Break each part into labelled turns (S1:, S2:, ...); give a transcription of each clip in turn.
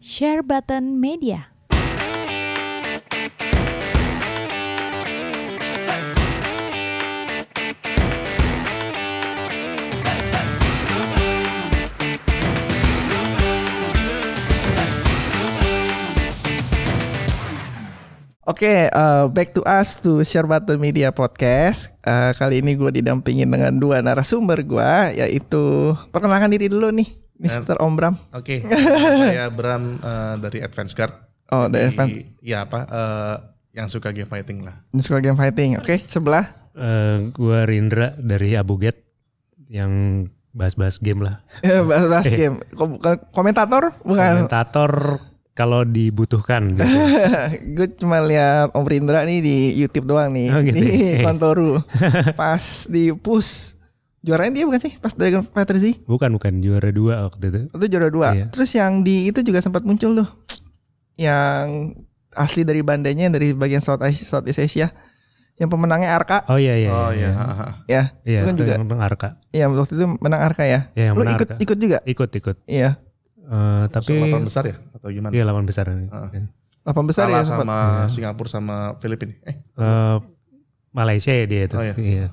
S1: Share Button Media.
S2: Oke, eh, back to us to Share Button Media Podcast. Eh, kali ini gue didampingin dengan dua narasumber gue, yaitu perkenalkan diri dulu nih, Mr.
S3: Eh,
S2: Ombram.
S4: Oke, saya Bram eh, dari Advance Guard.
S2: Oh, dari
S4: Di-
S2: Advance.
S4: Iya apa? eh, yang suka game fighting lah.
S2: Ini Sekolah Game Fighting. Oke, sebelah.
S3: eh gua Rindra dari Abuget yang bahas-bahas game lah.
S2: Eh, Bahas-bahas
S3: Iya.
S2: game. Ko- ko- Komentator? Bukan.
S3: Komentator kalau dibutuhkan. Gitu.
S2: gue cuma lihat Om Rindra nih di YouTube doang nih
S3: Oh, gitu
S2: di
S3: ya.
S2: Kontoru. Pas di push juaranya dia bukan sih? Pas Dragon Fighter Z
S3: bukan bukan juara dua waktu itu.
S2: itu juara dua.
S3: Iya.
S2: Terus yang di itu juga sempat muncul tuh, yang asli dari bandainya yang dari bagian South Asia, Southeast Asia. Yang pemenangnya Arka,
S3: Oh iya iya.
S4: oh iya.
S3: iya.
S4: hahaha.
S2: ya.
S3: Iya,
S2: Itu kan
S3: itu
S2: juga.
S3: yang Arka.
S2: Iya waktu itu menang Arka ya.
S3: Iya, yang
S2: Lu
S3: menang
S2: ikut
S3: Arka.
S2: ikut juga?
S3: Ikut ikut.
S2: Iya.
S3: Eh tapi
S4: Sama lawan besar ya atau gimana?
S3: iya lawan besar.
S4: Heeh.
S2: Lapan besar ya
S4: Kalah
S2: sempat.
S4: sama Singapura sama Filipina. Eh,
S3: Eh, Malaysia ya dia itu.
S4: Oh, iya.
S3: Iya.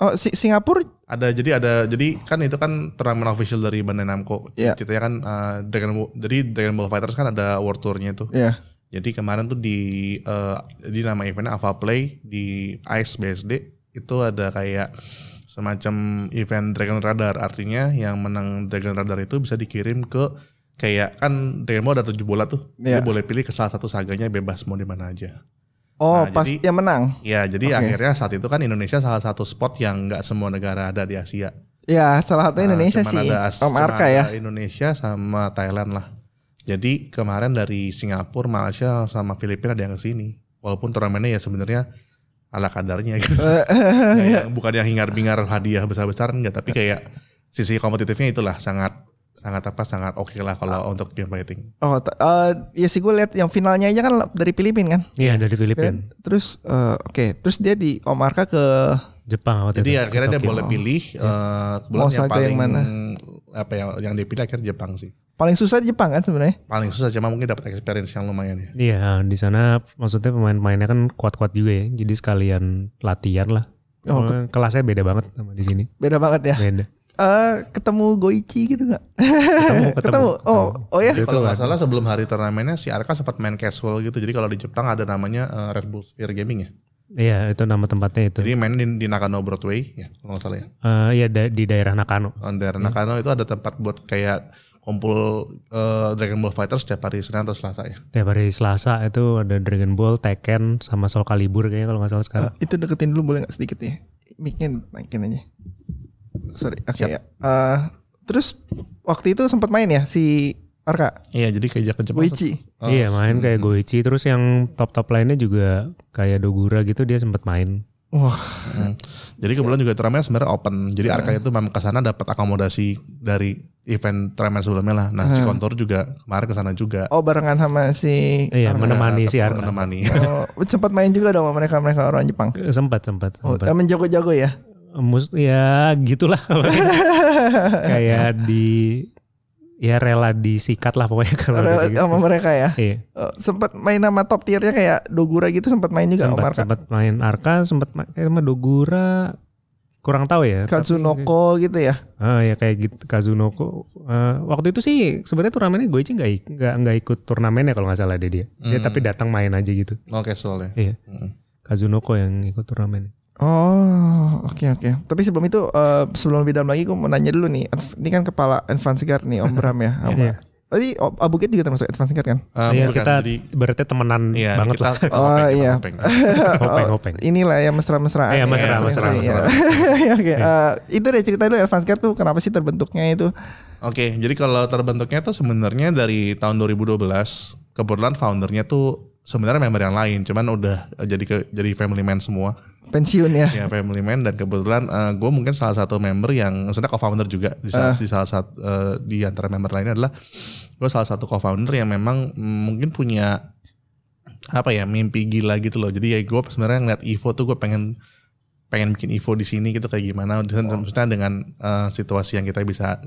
S2: Oh, si Singapura
S4: ada jadi ada jadi kan itu kan turnamen official dari Bandai Namco.
S2: Iya.
S4: Ceritanya kan eh, Dragon Ball- jadi Dragon Ball Fighters kan ada world tournya itu.
S2: Iya.
S4: Jadi kemarin tuh di eh, jadi nama eventnya Alpha Play di ICE BSD itu ada kayak semacam event Dragon Radar artinya yang menang Dragon Radar itu bisa dikirim ke kayak kan Dragon Ball ada tujuh bola tuh,
S2: Iya.
S4: dia boleh pilih ke salah satu saganya bebas mau di mana aja.
S2: Oh,
S4: Nah,
S2: pas
S4: jadi-
S2: dia menang.
S4: Ya jadi
S2: Oke.
S4: akhirnya saat itu kan Indonesia salah satu spot yang nggak semua negara ada di Asia.
S2: Ya, salah satu
S4: Nah,
S2: Indonesia
S4: cuman
S2: sih.
S4: ada As-
S2: Om
S4: cuman
S2: Arka
S4: ada
S2: ya.
S4: Indonesia sama Thailand lah. Jadi kemarin dari Singapura, Malaysia sama Filipina ada yang kesini. Walaupun turnamennya ya sebenarnya ala kadarnya gitu.
S2: Eh,
S4: Kayak bukan yang hingar-bingar hadiah besar-besar enggak, tapi kayak sisi kompetitifnya itulah sangat sangat apa sangat oke lah kalau
S2: Ah.
S4: untuk game fighting.
S2: Oh, t- eh, ya sih gue lihat yang finalnya aja kan dari Filipina kan.
S3: Iya dari Filipina,
S2: Terus eh, oke, terus dia di Om Arka ke
S3: Jepang waktu
S4: Jadi
S3: itu.
S4: akhirnya dia
S3: Tokyo.
S4: boleh pilih eh, kebetulan
S2: Ya. Mau
S4: yang
S2: saga
S4: paling
S2: yang mana?
S4: apa yang yang dia pilih akhirnya Jepang sih.
S2: paling susah di Jepang kan sebenarnya.
S4: Paling susah cuma mungkin dapat experience yang lumayan ya.
S3: Iya di sana maksudnya pemain-pemainnya kan kuat-kuat juga ya. Jadi sekalian latihan lah.
S2: Oh,
S3: Soalnya kelasnya beda banget sama di sini.
S2: Beda banget ya.
S3: Beda.
S2: Eh ketemu Goichi gitu nggak?
S3: Ketemu,
S2: Ketemu. Oh, oh ya.
S3: Dia tuh
S4: Kalau nggak
S3: ada-
S4: salah sebelum hari turnamennya si Arka sempat main casual gitu. Jadi kalau di Jepang ada namanya eh, Red Bull Sphere Gaming ya.
S3: Iya itu nama tempatnya itu.
S4: Jadi main di, di Nakano Broadway ya kalau nggak salah ya.
S3: Eh, iya da- di daerah Nakano.
S4: On daerah Nakano itu ada tempat buat kayak kumpul eh, Dragon Ball Fighter setiap hari Senin atau Selasa ya.
S3: Tiap hari Selasa itu ada Dragon Ball, Tekken, sama Soul Calibur kayaknya kalau nggak salah sekarang.
S2: Eh, itu deketin dulu boleh nggak sedikit ya? Mic-nya naikin aja. Sorry. Oke ya. Eh, terus waktu itu sempat main ya si Arka
S4: Iya jadi kayak ke Jepang.
S2: Goichi.
S4: Oh,
S3: iya main kayak
S4: hmm.
S3: Goichi terus yang top-top lainnya juga kayak Dogura gitu dia sempet main.
S4: Hmm. Jadi kebetulan juga turnamen sebenarnya open. Jadi Arka itu memang ke sana dapat akomodasi dari event turnamen sebelumnya lah. Nah, si
S2: Hmm.
S4: Kontor juga kemarin ke sana juga.
S2: Oh, barengan sama si
S3: Iya
S2: Arka.
S3: menemani si Arka.
S4: Menemani.
S2: Oh, sempat main juga dong sama mereka-mereka orang Jepang.
S3: Sempat sempat
S2: Oh,
S3: sempat.
S2: emang jago-jago ya?
S3: Mus- ya gitulah kayak di ya rela disikat lah pokoknya kalau
S2: Rela-
S3: kayak gitu.
S2: sama mereka ya.
S3: Iya.
S2: Eh, sempat main nama top tiernya kayak Dogura gitu sempat main juga
S3: sempat
S2: Omar Ka-
S3: sempat main Arka sempat main eh, sama Dogura kurang tahu ya tapi-
S2: Katsunoko gitu ya.
S3: ah ya kayak gitu Kazunoko Eh, waktu itu sih sebenarnya turnamennya Goichi nggak ik- nggak nggak ikut turnamennya kalau nggak salah deh dia dia
S4: Hmm.
S3: tapi datang main aja gitu
S4: No casual ya.
S3: Iya.
S4: Hmm.
S3: Kazunoko yang ikut turnamen
S2: Oh, oke oke. Tapi sebelum itu eh, sebelum lebih dalam lagi gue mau nanya dulu nih. Adv- Ini kan kepala Advance Guard nih Om Bram ya. Om-
S3: Iya.
S2: Oh, Jadi Om- Abuget juga termasuk Advance Guard kan?
S4: Ah,
S3: Iya,
S4: bukan.
S3: kita
S4: Jadi,
S3: berarti temenan
S4: iya,
S3: Hmm, banget
S4: kita, Iya.
S3: lah
S4: kita
S2: Oh,
S4: ngopeng, kita
S2: iya.
S4: ngopeng.
S3: hopeng hopeng
S2: Inilah ya mesra-mesraan.
S3: Iya,
S2: ya,
S3: mesra,
S2: sering-sering
S3: mesra,
S2: ya.
S3: mesra.
S2: Iya, Oke, eh, itu deh cerita dulu Advance Guard tuh kenapa sih terbentuknya itu?
S4: Oke, jadi kalau terbentuknya tuh sebenarnya dari tahun 2012 kebetulan foundernya tuh sebenarnya member yang lain, cuman udah eh, jadi ke, jadi family man semua.
S2: Pensiun ya.
S4: ya family man dan kebetulan gue mungkin salah satu member yang sebenarnya co-founder juga di
S2: Ah.
S4: salah, di salah satu eh, di antara member lainnya adalah gue salah satu co-founder yang memang mm, mungkin punya apa ya mimpi gila gitu loh jadi ya gue sebenarnya ngeliat Ivo tuh gue pengen pengen bikin info di sini gitu kayak gimana dan maksudnya dengan eh, situasi yang kita bisa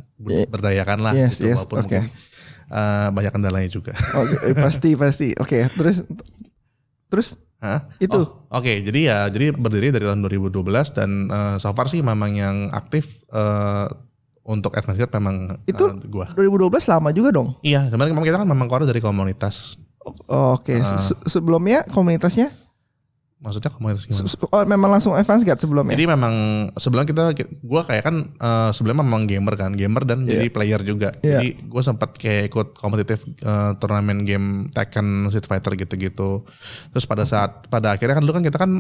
S2: Yeah.
S4: ber- berdayakan lah
S2: Yes,
S4: gitu
S2: yes,
S4: walaupun
S2: oke.
S4: mungkin eh, banyak kendalanya juga.
S2: Oke, eh, pasti pasti. Oke, terus terus
S4: Hah?
S2: Itu.
S4: Oh, Oke, jadi ya jadi berdiri dari tahun 2012 dan eh, so far sih memang yang aktif eh, untuk Advance Guard memang eh,
S2: Itu-
S4: gua.
S2: 2012 lama juga dong.
S4: Iya, sebenarnya memang kita kan memang core dari komunitas.
S2: Oh, Oke,
S4: Ah.
S2: Se- sebelumnya komunitasnya
S4: Maksudnya komunitas gimana?
S2: Se- se- oh, memang langsung advance guard sebelumnya.
S4: Jadi memang sebelum kita gua kayak kan eh, sebelumnya memang gamer kan, gamer dan jadi player juga.
S2: Iya.
S4: Jadi gua sempat kayak ikut kompetitif eh, turnamen game Tekken, Street Fighter gitu-gitu. Terus pada saat pada akhirnya kan dulu kan kita kan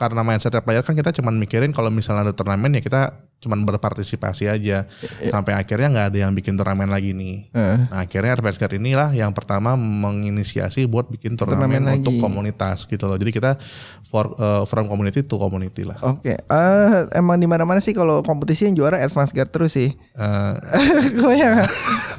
S4: karena mindset player kan kita cuman mikirin kalau misalnya ada turnamen ya kita cuman berpartisipasi aja. Sampai akhirnya nggak ada yang bikin turnamen lagi nih.
S2: Iya. Eh,
S4: Nah, akhirnya RPS Guard inilah yang pertama menginisiasi buat bikin turnamen,
S2: Turnamen
S4: untuk
S2: lagi.
S4: komunitas gitu loh. Jadi kita for, eh, from community to community lah.
S2: Oke, Eh, emang di mana-mana sih kalau kompetisi yang juara advance guard terus sih.
S4: Eh,
S2: Kebanyakan.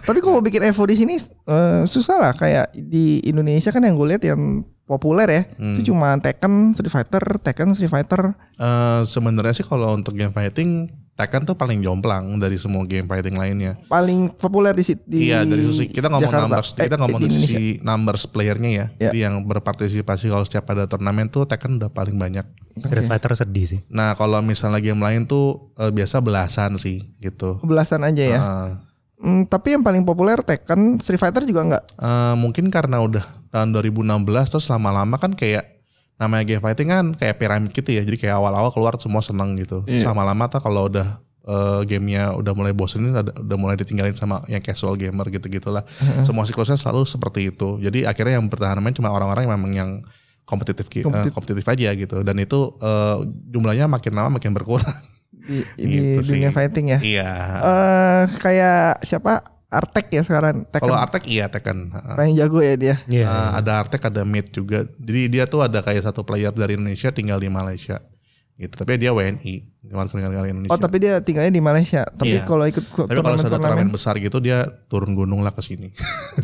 S2: Tapi kalau mau bikin Evo di sini eh, susah lah kayak di Indonesia kan yang gue lihat yang populer ya.
S4: Hmm.
S2: Itu cuma Tekken, Street Fighter, Tekken, Street Fighter.
S4: eh, sebenarnya sih kalau untuk game fighting Tekken tuh paling jomplang dari semua game fighting lainnya.
S2: paling populer di sit- di
S4: iya dari sisi kita ngomong
S2: Jakarta.
S4: numbers,
S2: Eh,
S4: kita ngomong
S2: di
S4: dari
S2: Indonesia.
S4: sisi numbers playernya ya.
S2: Iya.
S4: Jadi yang berpartisipasi kalau setiap ada turnamen tuh Tekken udah paling banyak.
S3: Street Fighter sedih sih.
S4: Nah kalau misalnya game lain tuh eh, biasa belasan sih gitu.
S2: belasan aja ya.
S4: Eh,
S2: Hmm, tapi yang paling populer Tekken, Street Fighter juga enggak.
S4: eh, mungkin karena udah tahun 2016 terus lama-lama kan kayak namanya game fighting kan kayak piramid gitu ya. Jadi kayak awal-awal keluar semua seneng gitu.
S2: Iya.
S4: Sama lama tuh kalau udah eh, gamenya udah mulai bosenin ada- udah mulai ditinggalin sama yang casual gamer gitu gitulah semua siklusnya selalu seperti itu jadi akhirnya yang bertahan main cuma orang-orang yang memang yang kompetitif ki- eh,
S2: Kompetitif.
S4: kompetitif aja gitu dan itu eh, jumlahnya makin lama makin berkurang
S2: di, di
S4: Gitu sih.
S2: dunia fighting ya. Eh
S4: iya
S2: kayak siapa? Artek ya sekarang Tekken.
S4: kalau Artek iya Tekken Heeh.
S2: paling jago ya dia.
S3: Iya.
S4: Eh, ada Artek ada Mid juga jadi dia tuh ada kayak satu player dari Indonesia tinggal di Malaysia gitu tapi dia WNI warga negara Indonesia
S2: Oh, tapi dia tinggalnya di Malaysia. Tapi
S4: Iya.
S2: kalau ikut
S4: Tapi kalau ada turnamen
S2: turnamen-turnamen
S4: besar gitu dia turun gunung lah ke sini.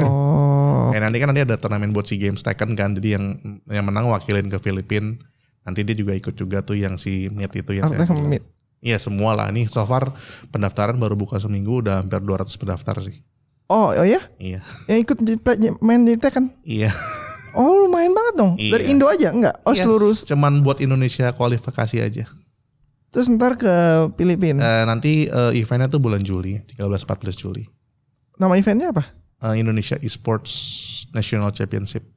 S2: Oh.
S4: Kayak nanti kan nanti ada turnamen buat si Games Tekken kan, jadi yang yang menang wakilin ke Filipina. Nanti dia juga ikut juga tuh yang si Meet itu ya.
S2: Artek sama Meet.
S4: Iya semua lah nih. So far pendaftaran baru buka seminggu udah hampir 200 pendaftar sih.
S2: Oh, oh ya?
S4: Iya,
S2: Yang ikut di, main di Tekken.
S4: iya.
S2: Oh, lumayan banget dong.
S4: Iya.
S2: Dari Indo aja enggak? Oh,
S4: Iya,
S2: seluruh.
S4: Cuman buat Indonesia kualifikasi aja.
S2: Terus ntar ke Filipina.
S4: Eh, nanti eh, eventnya tuh bulan Juli, 13-14 Juli.
S2: Nama eventnya apa?
S4: Eh, Indonesia Esports National Championship.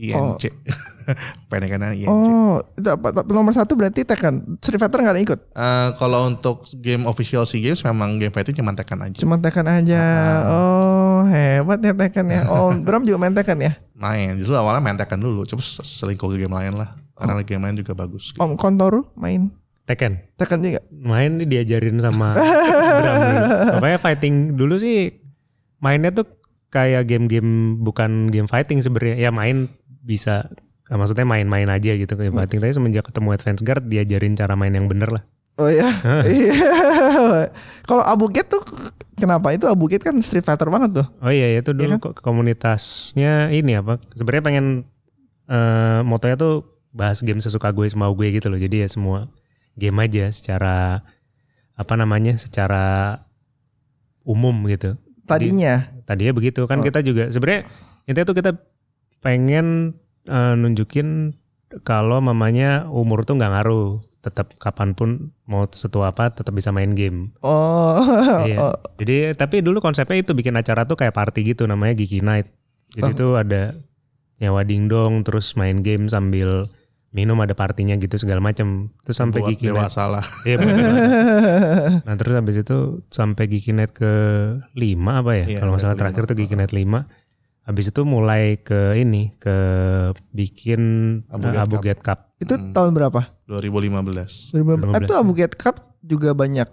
S4: INC. Pendekannya INC.
S2: Oh, itu apa- tapi nomor satu berarti Tekken. Street Fighter nggak ada yang ikut,
S4: Eh, kalau untuk game official SEA Games memang game fighting cuma Tekken aja.
S2: cuma Tekken aja. Oh, hebat ya Tekken ya. Oh, Bram juga main Tekken ya.
S4: Main, justru awalnya main Tekken dulu, cuma selingkuh ke game lain lah. Karena game lain juga bagus.
S2: Om Kontoru main
S3: Tekken.
S2: Tekken juga.
S3: Main diajarin sama drum dulu. Makanya fighting dulu sih mainnya tuh kayak game-game bukan game fighting sebenarnya. Ya main bisa eh, maksudnya main-main aja gitu game fighting. Tapi semenjak ketemu Advance Guard diajarin cara main yang bener lah.
S2: Oh ya. Iya. Kalau Abuget tuh kenapa itu Abuget kan Street Fighter banget tuh.
S3: Oh iya itu
S2: Iya
S3: dulu ko- komunitasnya ini apa? Sebenarnya pengen eh motonya tuh bahas game sesuka gue semau gue gitu loh. Jadi ya semua game aja secara apa namanya? secara umum gitu.
S2: Tadinya.
S3: Tadinya begitu kan
S2: Oh.
S3: kita juga sebenarnya intinya tuh kita pengen eh, nunjukin kalau mamanya umur tuh nggak ngaruh. Tetap kapanpun mau setua apa tetap bisa main game.
S2: Oh.
S3: Iya.
S2: oh.
S3: Jadi tapi dulu konsepnya itu bikin acara tuh kayak party gitu namanya Geeky Night. Jadi
S2: Oh.
S3: tuh ada nyawa dingdong terus main game sambil minum ada partinya gitu segala macam. Terus sampai
S4: Buat
S3: Geeky Night.
S4: dewasa lah.
S3: Iya, buat dewasa. nah terus habis itu sampai Geeky Night ke 5 apa ya?
S4: Iya,
S3: Kalau nggak salah
S4: kelima.
S3: terakhir tuh Geeky Night 5. Habis itu mulai ke ini ke bikin
S4: Abu
S3: Abu,
S4: Get
S3: Abu
S4: Cup.
S3: Get Cup.
S2: Itu
S4: Hmm.
S2: tahun berapa?
S4: 2015.
S2: 2015.
S3: 2015.
S2: Itu Abuget Cup juga banyak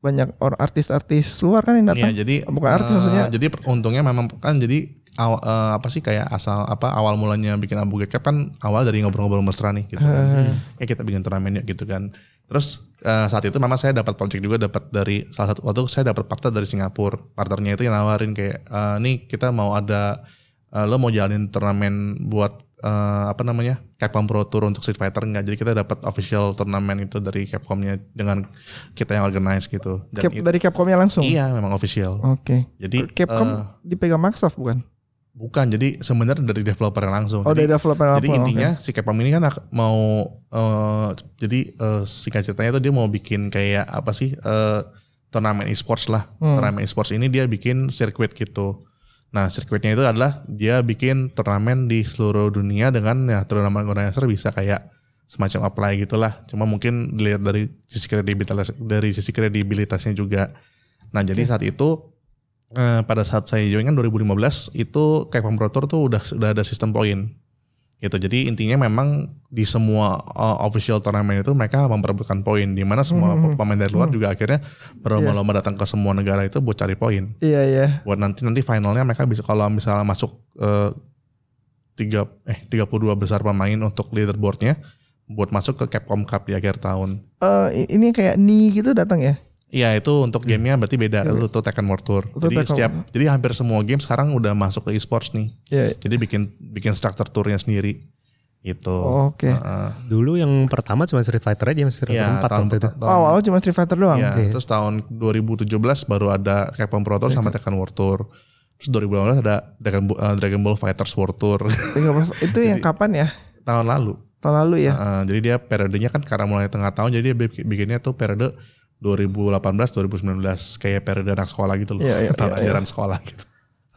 S2: banyak orang artis-artis luar kan yang
S4: Iya,
S2: datang.
S4: jadi
S2: Bukan artis
S4: eh,
S2: maksudnya.
S4: Jadi per- untungnya memang kan jadi aw- eh, apa sih kayak asal apa awal mulanya bikin Abu Gecap kan awal dari ngobrol-ngobrol mesra nih gitu kan. Ya kita bikin turnamen yuk gitu kan. Terus eh, saat itu memang saya dapat project juga dapat dari salah satu waktu saya dapat partner dari Singapura. Partnernya itu yang nawarin kayak eh, nih kita mau ada eh, lo mau jalanin turnamen buat eh, apa namanya Capcom Pro Tour untuk Street Fighter nggak jadi kita dapat official turnamen itu dari Capcomnya dengan kita yang organize gitu dan
S2: Cap,
S4: itu-
S2: dari Capcomnya langsung.
S4: iya memang official
S2: Oke.
S4: jadi eh,
S2: Capcom dipegang Microsoft bukan?
S4: bukan jadi sebenarnya dari developer yang langsung
S2: Oh, dari
S4: jadi,
S2: developer
S4: jadi
S2: Apple, oke.
S4: intinya si Capcom ini kan ak- mau eh, jadi eh, singkat ceritanya tuh dia mau bikin kayak apa sih eh, turnamen esports lah
S2: Hmm.
S4: turnamen esports ini dia bikin sirkuit gitu. Nah, sirkuitnya itu adalah dia bikin turnamen di seluruh dunia dengan ya turnamen organizer bisa kayak semacam apply gitulah. Cuma mungkin dilihat dari sisi kredibilitas dari sisi kredibilitasnya juga. Nah, jadi saat itu eh, pada saat saya join kan 2015 itu kayak Pro Tour tuh udah sudah ada sistem poin. Gitu. Jadi intinya memang di semua eh, official turnamen itu mereka memperebutkan poin di mana semua
S2: Hmm, Iya. hmm,
S4: pemain dari luar juga akhirnya berlomba-lomba datang ke semua negara itu buat cari poin
S2: Iya iya.
S4: buat nanti nanti finalnya mereka bisa kalau misalnya masuk eh, tiga eh 32 besar pemain untuk leaderboardnya buat masuk ke Capcom Cup di akhir tahun.
S2: Eh, i- ini kayak ni gitu datang ya?
S4: Iya itu untuk gamenya berarti beda itu tuh Tekken World Tour.
S2: Hmm. Iya. Itu
S4: jadi
S2: Tekken
S4: setiap
S2: World
S4: jadi hampir semua game sekarang udah masuk ke esports nih.
S2: Iya.
S4: Jadi bikin bikin struktur turnya sendiri itu.
S2: Oh, Oke.
S4: Heeh.
S3: Dulu yang pertama cuma Street Fighter aja, Street Fighter
S4: Iya,
S3: 4
S4: tahun-
S3: waktu itu.
S4: tahun-
S2: awalnya Oh, cuma Street Fighter doang.
S4: Iya,
S3: Oke.
S4: terus tahun 2017 baru ada Capcom Pro
S2: Iya,
S4: Tour sama Tekken World Tour. Terus 2018 ada Dragon, Ball- eh, Dragon Ball Fighters World Tour
S2: Tinggal pas- Itu yang kapan ya?
S4: tahun lalu.
S2: Tahun lalu ya?
S4: Nah, jadi dia periodenya kan karena mulai tengah tahun jadi dia bik- bikinnya tuh periode 2018 2019 kayak periode anak sekolah gitu loh.
S2: Iya, iya,
S4: tahun
S2: iya,
S4: ajaran sekolah gitu.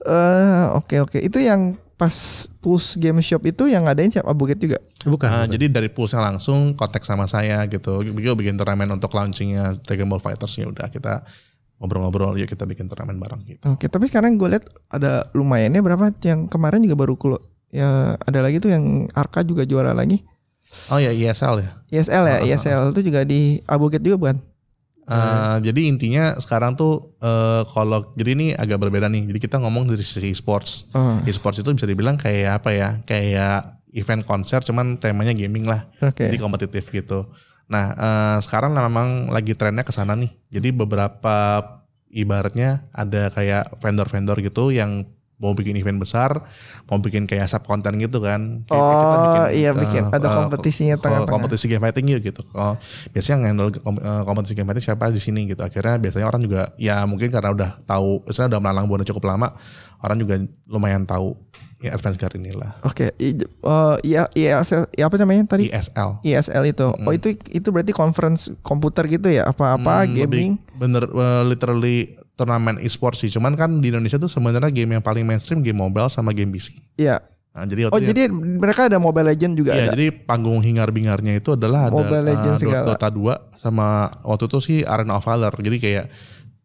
S2: Eh, oke oke. Itu yang pas Pulse Game Shop itu yang ngadain siapa Buget juga.
S3: Eh, Bukan.
S4: Nah,
S3: bukan.
S4: jadi dari pulsa langsung kontak sama saya gitu. Bikin bikin turnamen untuk launchingnya Dragon Ball Fighters ya udah kita ngobrol-ngobrol yuk kita bikin turnamen bareng gitu.
S2: Oke, tapi sekarang gue lihat ada lumayannya berapa yang kemarin juga baru kulo. Ya ada lagi tuh yang Arka juga juara lagi.
S4: Oh ya ISL ya.
S2: ISL ya,
S4: Ah, ah,
S2: ISL itu juga di Abuget juga bukan?
S4: Eh, Jadi intinya sekarang tuh eh, kalau jadi ini agak berbeda nih. Jadi kita ngomong dari sisi sports.
S2: Oh,
S4: Esports itu bisa dibilang kayak apa ya? Kayak event konser cuman temanya gaming lah.
S2: Oke.
S4: jadi kompetitif gitu. Nah eh, sekarang memang lagi trennya ke sana nih. Jadi beberapa ibaratnya ada kayak vendor-vendor gitu yang mau bikin event besar, mau bikin kayak sub konten gitu kan. Kayak
S2: Oh, iya,
S4: eh,
S2: bikin. Ada
S4: eh,
S2: kompetisinya
S4: ko-
S2: tengah-tengah.
S4: Kompetisi game fighting yuk gitu. Oh, biasanya yang handle kom- eh, kompetisi game fighting siapa di sini gitu. Akhirnya biasanya orang juga ya mungkin karena udah tahu, misalnya udah melalang buana cukup lama, orang juga lumayan tahu ya, advance card inilah.
S2: Oke, I- eh, iya ISL iya apa namanya tadi?
S4: ISL.
S2: ISL itu. Oh, itu itu berarti conference komputer gitu ya? Apa-apa
S4: Hmm,
S2: gaming?
S4: lebih bener eh, literally turnamen e-sport sih cuman kan di Indonesia tuh sebenarnya game yang paling mainstream game mobile sama game PC
S2: Iya.
S4: nah,
S2: Oh,
S4: jadi waktu-
S2: jadi mereka ada Mobile Legend juga
S4: iya,
S2: ada.
S4: jadi panggung hingar bingarnya itu adalah ada
S2: Mobile
S4: eh,
S2: Legends segala.
S4: Dota- Dota 2 sama waktu itu sih Arena of Valor jadi kayak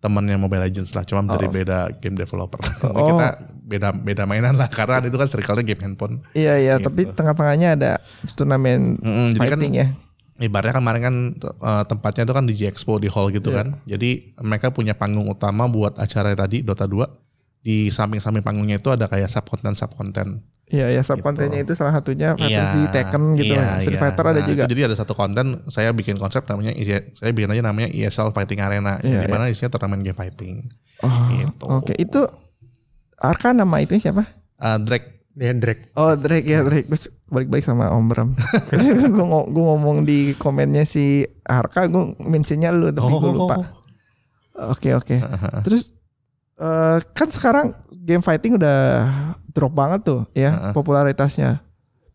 S4: temannya Mobile Legends lah cuma dari beda game developer Mungkin
S2: Oh.
S4: kita beda beda mainan lah karena itu kan circle-nya game handphone
S2: Iya, iya,
S4: Gitu.
S2: tapi tengah-tengahnya ada turnamen
S4: Mm-mm, jadi kan
S2: fighting ya.
S4: ibaratnya kemarin kan eh, tempatnya itu kan di Expo di hall
S2: Iya.
S4: gitu kan. Jadi mereka punya panggung utama buat acara tadi Dota 2. Di samping-samping panggungnya itu ada kayak sub konten sub konten.
S2: Iya, ya
S4: gitu.
S2: sub kontennya itu salah
S4: Iya.
S2: satunya Fantasy Tekken gitu. ya. Street Fighter ada juga.
S4: Nah, Jadi ada satu konten saya bikin konsep namanya IS saya bikin aja namanya ESL Fighting Arena.
S2: Iya,
S4: di mana isinya turnamen game fighting.
S2: Oh,
S4: gitu.
S2: Oke, itu Arka nama itu siapa?
S4: Eh, Drake
S3: Ya, Drake.
S2: Oh Drake ya Drake Terus balik-balik sama Om Bram Gue ngomong di komennya si Arka Gue mentionnya lu tapi
S4: Oh.
S2: gue lupa Oke oke Terus eh, Kan sekarang game fighting udah drop banget tuh ya
S4: Heeh.
S2: Popularitasnya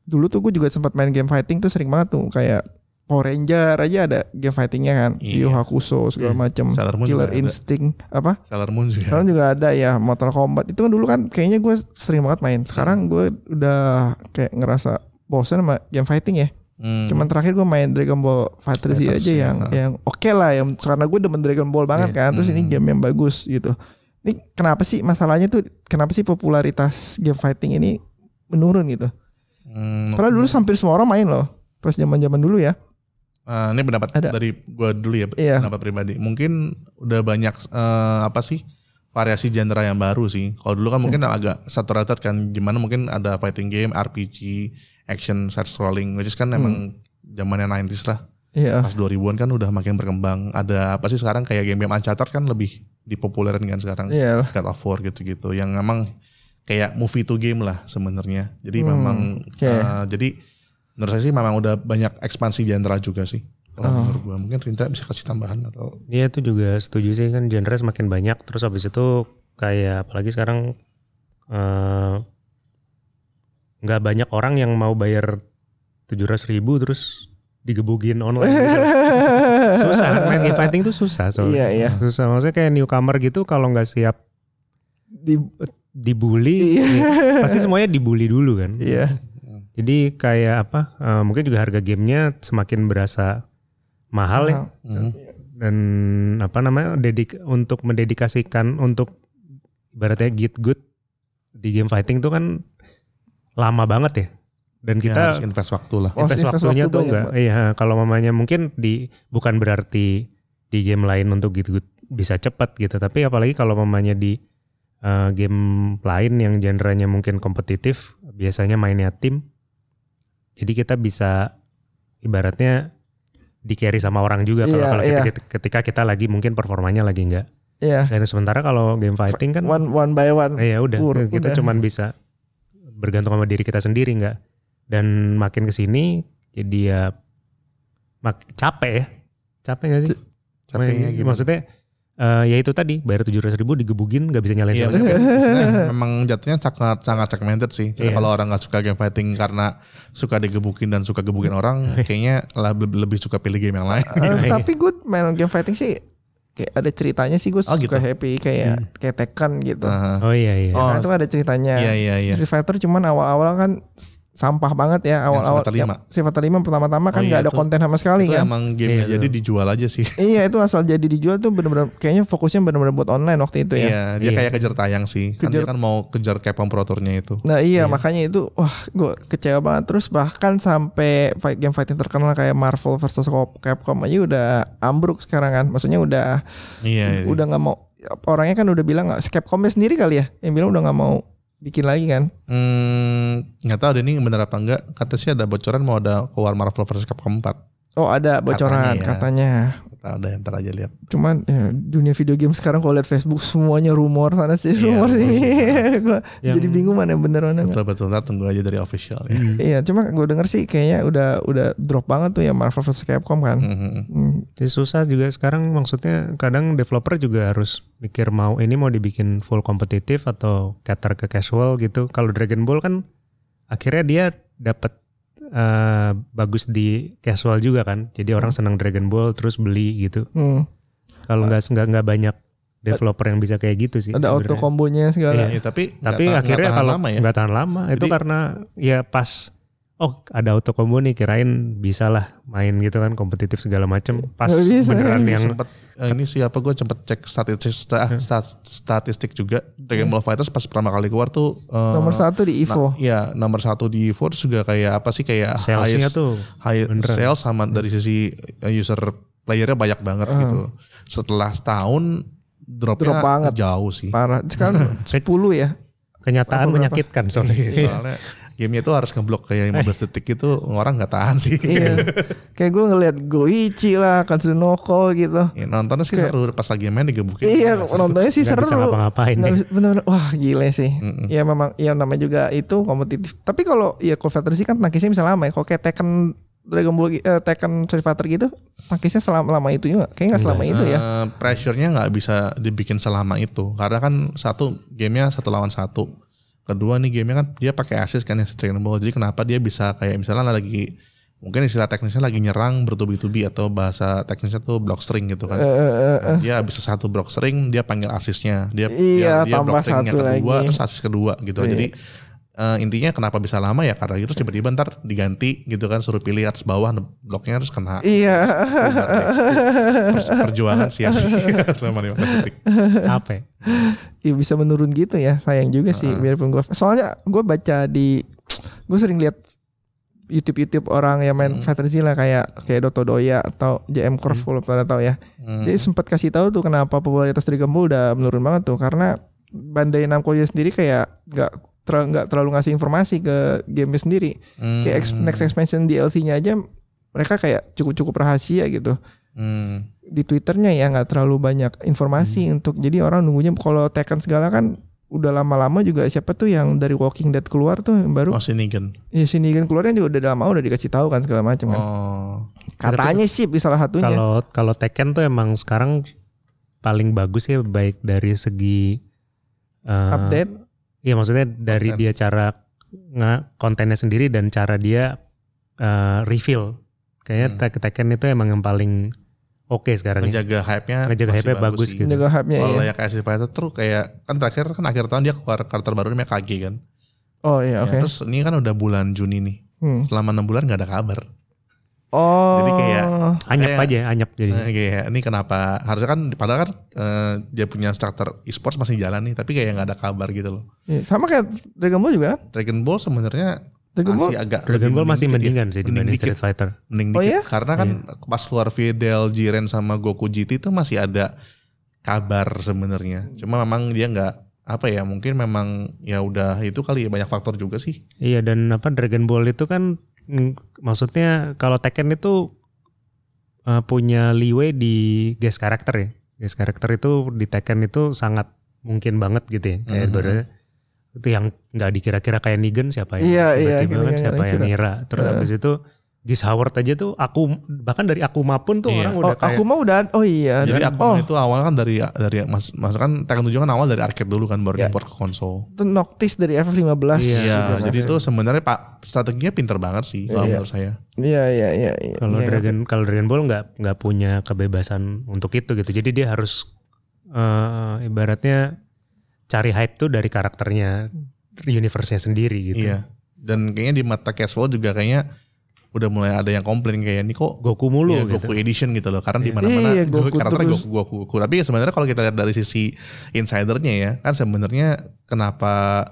S2: Dulu tuh gue juga sempat main game fighting tuh sering banget tuh Kayak Power Ranger aja ada game fightingnya kan
S4: Iya.
S2: Yu Hakusho segala macem
S4: Sailor Moon
S2: Killer
S4: juga ada.
S2: Instinct Apa?
S4: Sailor Moon juga.
S2: Sekarang juga ada ya Mortal Kombat itu kan dulu kan kayaknya gue sering banget main. Sekarang gue udah kayak ngerasa bosen sama game fighting ya.
S4: Hmm.
S2: Cuman terakhir gue main Dragon Ball Fighter Z
S4: Fighters,
S2: aja
S4: ya.
S2: yang yang oke lah yang karena gue demen Dragon Ball banget
S3: Iya.
S2: kan. Terus ini
S4: Hmm.
S2: game yang bagus gitu. Ini kenapa sih masalahnya tuh kenapa sih popularitas game fighting ini menurun gitu?
S4: Hmm,
S2: Karena dulu hampir semua orang main loh. Pas zaman-zaman dulu ya.
S4: Eh, ini pendapat
S2: Ada.
S4: dari gua dulu ya,
S2: Iya.
S4: pendapat pribadi. Mungkin udah banyak eh, apa sih variasi genre yang baru sih. Kalau dulu kan
S2: Iya.
S4: mungkin agak saturated kan, gimana mungkin ada fighting game, RPG, action, side scrolling, which is
S2: Hmm.
S4: kan emang zamannya 90s lah.
S2: Iya.
S4: Pas 2000-an kan udah makin berkembang. Ada apa sih sekarang kayak game-game Uncharted kan lebih dipopulerin kan sekarang.
S2: Iya.
S4: God of War gitu-gitu yang emang kayak movie to game lah sebenarnya.
S2: Hmm,
S4: Jadi memang
S2: oke.
S4: eh, jadi menurut saya sih memang udah banyak ekspansi genre juga sih. Kalau
S2: Oh.
S4: menurut gua mungkin Rindra bisa kasih tambahan atau
S3: Iya itu juga setuju sih kan genre semakin banyak terus habis itu kayak apalagi sekarang eh, nggak banyak orang yang mau bayar 700 ribu terus digebukin online. gitu. susah kan main game fighting tuh susah
S2: Iya,
S3: soalnya.
S2: iya.
S3: Susah maksudnya kayak newcomer gitu kalau nggak siap
S2: Di,
S3: dibully
S2: Iya.
S3: ya, pasti semuanya dibully dulu kan.
S2: iya.
S3: Jadi kayak apa? eh, mungkin juga harga gamenya semakin berasa mahal ya.
S4: hmm,
S3: dan apa namanya dedik untuk mendedikasikan untuk ibaratnya get good di game fighting tuh kan lama banget ya dan
S4: kita harus
S3: kita
S4: invest waktu lah.
S2: Oh,
S3: invest
S2: invest
S3: waktunya
S2: waktu
S3: tuh
S2: banyak,
S3: enggak iya kalau mamanya mungkin di bukan berarti di game lain untuk get good bisa cepat gitu tapi apalagi kalau mamanya di eh, game lain yang genrenya mungkin kompetitif biasanya mainnya tim jadi kita bisa ibaratnya di carry sama orang juga kalau
S2: Iya,
S3: kalau
S2: iya.
S3: ketika, ketika kita lagi mungkin performanya lagi enggak
S2: Iya.
S3: dan sementara kalau game fighting kan
S2: One one by one.
S4: gitu.
S3: Eh, ya udah
S2: Pur,
S3: kita
S2: udah.
S3: cuman bisa bergantung sama diri kita sendiri nggak dan makin kesini jadi ya mak capek ya capek nggak sih
S4: Capeknya
S3: Main-
S4: gimana?
S3: maksudnya eh, ya itu tadi bayar tujuh ratus ribu digebugin nggak bisa nyalain
S4: Iya,
S3: sama
S4: maksudnya- maksudnya memang jatuhnya sangat sangat segmented sih. Jadi
S3: Iya.
S4: Kalau orang nggak suka game fighting karena suka digebukin dan suka gebukin orang,
S3: Iya.
S4: kayaknya lah- lebih suka pilih game yang lain.
S2: Eh, tapi gue main game fighting sih kayak ada ceritanya sih gue
S4: Oh, gitu.
S2: suka happy kayak kayak Tekken gitu.
S4: Nah,
S3: oh iya iya
S4: Oh,
S2: Nah, itu ada ceritanya.
S4: Iya iya iya.
S2: Street Fighter cuman awal-awal kan s- sampah banget ya awal-awal.
S4: Street Fighter lima.
S2: Street Fighter 5 pertama-tama kan
S4: Oh,
S2: nggak
S4: iya,
S2: ada
S4: itu-
S2: konten sama sekali
S4: Itu
S2: kan.
S4: emang game
S3: Iya,
S4: jadi
S3: itu.
S4: dijual aja sih.
S2: Iya itu asal jadi dijual tuh bener-bener kayaknya fokusnya bener-bener buat online waktu itu ya.
S4: Iya, dia
S3: Iya.
S4: kayak kejar tayang sih.
S2: Kejar-
S4: Kan dia kan mau kejar Capcom Pro Tour-nya itu.
S2: Nah iya
S3: Iya.
S2: makanya itu wah gue kecewa banget terus bahkan sampai fight game fighting terkenal kayak Marvel versus Capcom aja udah ambruk sekarang kan. Maksudnya udah
S4: Iya. iya.
S2: udah nggak mau orangnya kan udah bilang nggak Capcom sendiri kali ya yang bilang udah nggak mau bikin lagi kan.
S4: Hmm, nggak tahu deh ini bener apa enggak. Kata sih ada bocoran mau ada keluar Marvel vs Capcom 4.
S2: Oh ada bocoran
S4: Katanya ya.
S2: katanya.
S4: Kita ada ntar aja lihat.
S2: Cuman ya, dunia video game sekarang kalau lihat Facebook semuanya rumor sana sih
S4: Iya,
S2: rumor
S4: betul.
S2: sini. gua
S3: Yang-
S2: jadi bingung mana yang bener mana. nggak.
S4: Betul betul. Ntar tunggu aja dari official ya.
S3: Hmm.
S2: Iya, cuma gue denger sih kayaknya udah udah drop banget tuh ya Marvel vs Capcom kan.
S4: Mhm.
S2: Hmm,
S3: Jadi susah juga sekarang maksudnya kadang developer juga harus mikir mau ini mau dibikin full kompetitif atau cater ke casual gitu kalau Dragon Ball kan akhirnya dia dapat eh, bagus di casual juga kan
S4: Hmm.
S3: jadi orang senang Dragon Ball terus beli gitu
S2: hmm.
S3: kalau nggak nggak nggak banyak developer yang bisa kayak gitu sih
S2: Ada auto
S3: sebenarnya.
S2: kombonya segala.
S4: Iya, tapi nggak
S3: tapi
S4: tahan- nggak
S3: akhirnya
S4: tahan
S3: kalau
S4: lama ya.
S3: nggak tahan lama itu
S4: Jadi-
S3: karena ya pas oh ada auto combo nih kirain bisalah main gitu kan kompetitif segala macem pas
S2: Nggak bisa.
S3: beneran
S4: yang
S3: yang
S4: sempet eh, ini siapa gue sempet cek statistik sta-
S2: Hmm.
S4: sta- statistik juga Dragon Ball Fighters pas pertama kali keluar tuh eh,
S2: Nomor satu di Evo.
S4: Nah, iya, nomor satu di Evo terus juga kayak apa sih kayak
S3: salesnya
S4: highest,
S3: tuh
S4: high
S3: beneran.
S4: sales sama
S2: Iya.
S4: dari sisi eh, user playernya banyak banget
S2: Hmm.
S4: gitu. Setelah setahun dropnya
S2: Drop banget.
S4: jauh sih.
S2: Parah. Sekarang 10 ya. Apa
S3: kenyataan
S2: berapa?
S3: menyakitkan
S4: Iya.
S3: soalnya
S2: Iya.
S4: Soalnya gamenya itu harus ngeblok kayak 15 detik itu orang nggak tahan sih.
S2: iya. Kayak gue ngeliat Goichi lah, Katsunoko gitu.
S4: Ya, nontonnya sih
S2: Kayak-
S4: seru pas lagi main digebukin.
S2: Iya, nontonnya sih
S3: nggak
S2: seru.
S3: bisa ngapa-ngapain ya.
S2: Nggak
S3: nih.
S2: bisa- bener-bener. Wah, gile sih.
S4: Mm-mm.
S2: Ya memang ya namanya juga itu kompetitif. Tapi kalau ya Call of Duty sih kan tangkisnya bisa lama ya. Kalau kayak Tekken Dragon Ball eh, Tekken Street Fighter gitu, tangkisnya selama lama itu juga. Kayaknya nggak
S3: Iya,
S2: selama itu ya.
S4: Eh, pressure-nya nggak bisa dibikin selama itu karena kan satu gamenya satu lawan satu kedua nih gamenya kan dia pakai assist kan yang Dragon Ball jadi kenapa dia bisa kayak misalnya lagi mungkin istilah teknisnya lagi nyerang bertubi-tubi atau bahasa teknisnya tuh block string
S2: Eh,
S4: gitu kan
S2: eh, eh, eh.
S4: dia bisa satu block string dia panggil asisnya dia
S2: Iya,
S4: dia, dia
S2: tambah satu
S4: kedua
S2: lagi.
S4: terus asis kedua gitu
S2: Iya.
S4: jadi eh, intinya kenapa bisa lama ya karena itu tiba-tiba ntar diganti gitu kan suruh pilih atas bawah bloknya harus kena
S2: Iya.
S3: Iya.
S4: Terus perjuangan sia-sia selama 15 detik.
S3: capek
S2: ya bisa menurun gitu ya sayang juga sih biarpun gue soalnya gue baca di gue sering lihat YouTube YouTube orang yang main
S4: Hmm.
S2: Fighter Zilla kayak kayak Doto Doya atau JM Curve
S3: Mm.
S2: kalau pada tahu ya
S4: Hmm.
S2: dia sempat kasih tahu tuh kenapa popularitas Dragon Ball udah menurun banget tuh karena Bandai Namco nya sendiri kayak nggak terlalu nggak terlalu ngasih informasi ke game sendiri
S4: Hmm.
S2: kayak ex- next expansion DLC-nya aja mereka kayak cukup-cukup rahasia gitu
S4: Hmm.
S2: di twitternya ya nggak terlalu banyak informasi untuk jadi orang nunggunya kalau Tekken segala kan udah lama-lama juga siapa tuh yang dari Walking Dead keluar tuh yang baru
S4: Oh Sinigan.
S2: ya sini kan keluarnya juga udah lama udah dikasih tahu kan segala macam kan
S4: Oh.
S2: katanya sih salah satunya
S3: Kalau kalau Tekken tuh emang sekarang paling bagus ya baik dari segi eh,
S2: update
S3: Iya maksudnya dari
S4: Konten.
S3: dia cara nge kontennya sendiri dan cara dia eh, reveal. Kayaknya
S4: Hmm.
S3: Tek- Tekken itu emang yang paling oke sekarang ya.
S4: Menjaga hype-nya.
S3: Ngejaga
S4: masih
S3: hype-nya bagus
S4: sih.
S3: gitu.
S2: menjaga hype-nya
S4: Kalau
S2: ya.
S4: yang kayak Street Fighter tuh kayak kan terakhir kan akhir tahun dia keluar karakter baru namanya KG kan.
S2: oh iya
S4: Ya,
S2: oke
S4: terus ini kan udah bulan Juni nih.
S2: Hmm.
S4: Selama enam bulan nggak ada kabar.
S2: oh
S4: Jadi kayak-
S3: Anyap
S4: Kayak-
S3: aja, anyap jadi.
S4: Nah, kayak ini kenapa harusnya kan padahal kan eh, dia punya struktur e-sports masih jalan nih tapi kayak nggak ada kabar gitu loh.
S2: Iya, sama kayak Dragon Ball juga kan
S4: Dragon Ball sebenarnya
S2: Dragon Ball
S4: masih agak
S3: Dragon
S4: lebih
S3: Ball masih
S4: dikit ya.
S3: mendingan sih dibanding
S4: Mending dikit.
S3: Street Fighter.
S4: mending
S2: Oh
S4: dikit.
S2: iya?
S4: karena kan pas keluar Fidel, Jiren sama Goku GT itu masih ada kabar sebenarnya. Cuma memang dia nggak apa ya mungkin memang ya udah itu kali ya banyak faktor juga sih.
S3: Iya dan apa Dragon Ball itu kan mm, maksudnya kalau Tekken itu eh, punya leeway di guest karakter ya. Guest karakter itu di Tekken itu sangat mungkin banget gitu ya. Kayak
S4: Mhm.
S3: ibaratnya itu yang nggak dikira-kira kayak Negan siapa yang
S2: Iya, iya, Negan
S3: tiba-tiba
S2: Iya.
S3: kan
S2: yang
S3: siapa yang
S2: kira.
S3: ngira. Terus
S2: Heeh.
S3: habis itu Giz Howard aja tuh aku bahkan dari Akuma pun tuh
S4: Iya.
S3: orang
S2: oh
S3: udah kayak
S2: aku mah udah oh iya
S4: Jadi aku
S2: oh
S4: itu awal kan dari dari mas, mas kan Tekken 7 kan awal dari arcade dulu kan baru
S2: Ya.
S4: diimport ke konsol.
S2: itu Noctis dari FF15
S3: Iya,
S4: Iya,
S2: juga
S4: jadi
S2: masuk.
S4: itu sebenarnya Pak strateginya pinter banget sih kalau
S2: Iya.
S4: menurut saya.
S2: iya iya iya iya.
S3: kalau
S2: Iya,
S3: Dragon kalau Dragon Ball nggak nggak punya kebebasan untuk itu gitu jadi dia harus eh, ibaratnya cari hype tuh dari karakternya universe-nya sendiri gitu
S4: Iya. Dan kayaknya di mata casual juga kayaknya udah mulai ada yang komplain kayak ini kok
S3: Goku mulu
S4: Iya,
S3: gitu
S4: Goku edition gitu loh karena
S3: Iya.
S4: di mana-mana
S2: Iya,
S4: Goku
S2: Goku
S4: karakternya
S2: terus.
S4: Goku, Goku Goku. Tapi ya sebenarnya kalau kita lihat dari sisi insidernya ya, kan sebenarnya kenapa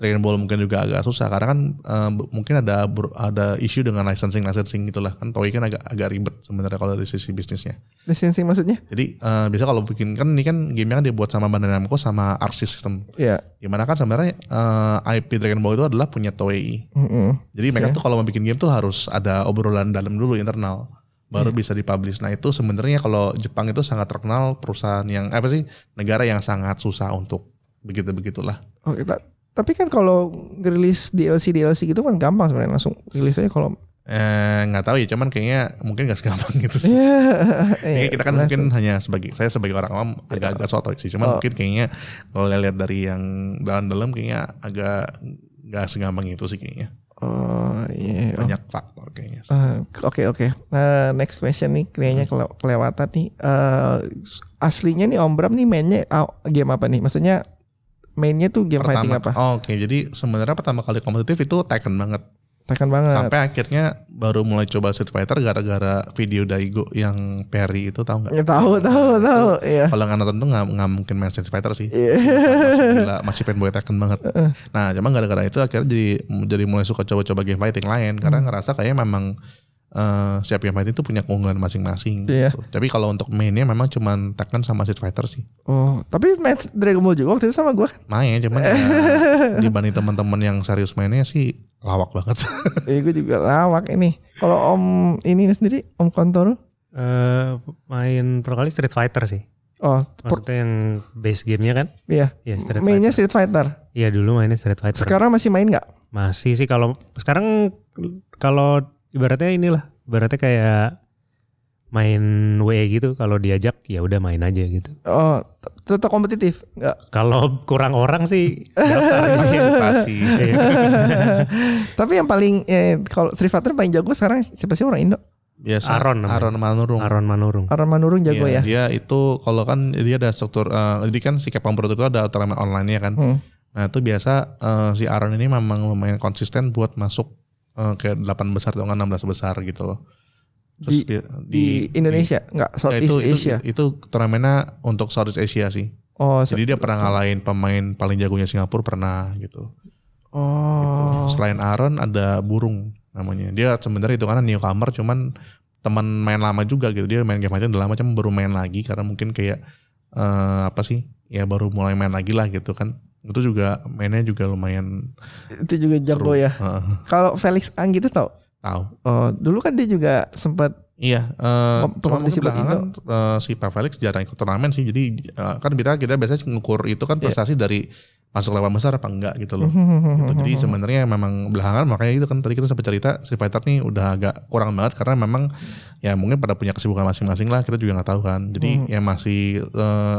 S4: Dragon Ball mungkin juga agak susah karena kan eh, b- mungkin ada ber- ada isu dengan licensing licensing gitulah kan Toei kan agak agak ribet sebenarnya kalau dari sisi bisnisnya.
S2: licensing maksudnya
S4: Jadi eh biasa kalau bikin kan ini kan gamenya kan dibuat sama Bandai Namco sama Arc System.
S2: Iya.
S4: Dimana kan sebenarnya eh, IP Dragon Ball itu adalah punya Toei.
S2: Mm-mm.
S4: Jadi mereka
S2: Oke.
S4: tuh kalau mau bikin game tuh harus ada obrolan dalam dulu internal
S2: Iya.
S4: baru bisa dipublish. Nah itu sebenarnya kalau Jepang itu sangat terkenal perusahaan yang eh, apa sih negara yang sangat susah untuk begitu begitulah.
S2: Oke, ta- Oh, tapi kan kalau rilis DLC DLC gitu kan gampang sebenarnya langsung rilis aja kalau
S4: Eh, Nggak tahu ya, cuman kayaknya mungkin nggak segampang gitu sih.
S2: Iya,
S4: Kayaknya kita kan mungkin hanya sebagai saya sebagai orang awam agak-agak sotoy sih, cuman
S2: Oh.
S4: mungkin kayaknya kalau lihat dari yang dalam-dalam kayaknya agak nggak segampang itu sih kayaknya
S2: Oh iya. Oh.
S4: banyak faktor kayaknya. sih.
S2: Eh, Oke oke. Eh, next question nih kayaknya
S3: Hmm.
S2: kele- kelewatan nih. Eh, aslinya nih Om Bram nih mainnya ah, game apa nih? Maksudnya mainnya tuh game fighting apa?
S4: oh, Oke, jadi sebenarnya pertama kali kompetitif itu Tekken banget.
S2: Tekan banget.
S4: sampai akhirnya baru mulai coba Street Fighter gara-gara video Daigo yang Perry itu tahu nggak?
S2: Ya, tahu tahu tahu. Iya.
S4: Kalau nggak nonton tuh nggak nggak mungkin main Street Fighter sih.
S2: Iya.
S4: masih gila, masih fanboy Tekken banget. Nah, cuma gara-gara itu akhirnya jadi jadi mulai suka coba-coba game fighting lain karena ngerasa kayaknya memang eh, setiap game fighting itu punya keunggulan masing-masing.
S2: Iya.
S4: gitu. Tapi kalau untuk mainnya memang cuman Tekken sama Street Fighter sih.
S2: Oh tapi main Dragon Ball juga waktu itu sama gue kan?
S4: Main cuman ya,
S3: Ah.
S4: dibanding teman-teman yang serius mainnya sih lawak banget.
S2: Iya gue juga lawak ini. Kalau Om ini sendiri Om Kontoro.
S3: Eh, main pro kali Street Fighter sih
S2: Oh per-
S3: maksudnya yang base gamenya kan
S2: iya.
S3: Iya Street
S2: Mainnya Street
S3: Fighter
S2: Fighter.
S3: iya dulu mainnya Street Fighter
S2: Sekarang masih main nggak?
S3: masih sih kalau sekarang kalau ibaratnya inilah ibaratnya kayak main WE gitu kalau diajak ya udah main aja gitu
S2: Oh, t- tetap kompetitif? Enggak.
S3: Kalau kurang orang sih daftar aja.
S4: Pasti.
S3: Iya.
S2: Tapi yang paling eh, kalau Sri Fatran paling jago sekarang siapa sih orang Indo?
S4: Biasa
S3: Aaron namanya.
S4: Aaron Manurung.
S3: Aron Manurung.
S2: Orang Manurung jago ya.
S4: Iya, Dia itu kalau kan dia ada struktur eh, jadi kan si Capcom Pro itu ada turnamen online-nya kan.
S2: Hmm.
S4: Nah, itu biasa eh, si Aaron ini memang lumayan konsisten buat masuk eh, ke 8 besar atau enggak 16 besar gitu loh.
S2: Di-
S4: Terus dia-
S2: Di, Indonesia enggak
S4: Ya,
S2: Southeast
S4: itu, itu-
S2: Asia.
S4: itu turnamennya untuk Southeast Asia sih.
S2: oh, se-
S4: Jadi dia pernah ngalahin pemain paling jagonya Singapura pernah gitu.
S2: oh.
S4: Gitu. Selain Aaron ada Burung namanya. Dia sebenarnya itu karena newcomer cuman teman main lama juga gitu. Dia main game aja udah lama cuman baru main lagi karena mungkin kayak eh, apa sih? Ya baru mulai main lagi lah gitu kan. Itu juga mainnya juga lumayan
S2: Itu juga jago
S4: seru.
S2: ya.
S4: Heeh.
S2: Kalau Felix Ang gitu tau
S4: Tahu.
S2: Oh, dulu kan dia juga sempat
S4: Iya, eh
S2: Pem- pemartis
S4: cuma mungkin
S2: sebelah
S4: belakangan eh, si Pak Felix jarang ikut turnamen sih. Jadi eh, kan kita kita biasanya ngukur itu kan
S2: Iya.
S4: prestasi dari masuk lawan besar apa enggak gitu loh. Gitu.
S2: Hmm,
S4: Jadi sebenarnya memang belakangan makanya itu kan tadi kita sempat cerita si fighter nih udah agak kurang banget karena memang ya mungkin pada punya kesibukan masing-masing lah kita juga nggak tahu kan. Jadi
S2: Mhm.
S4: ya masih eh,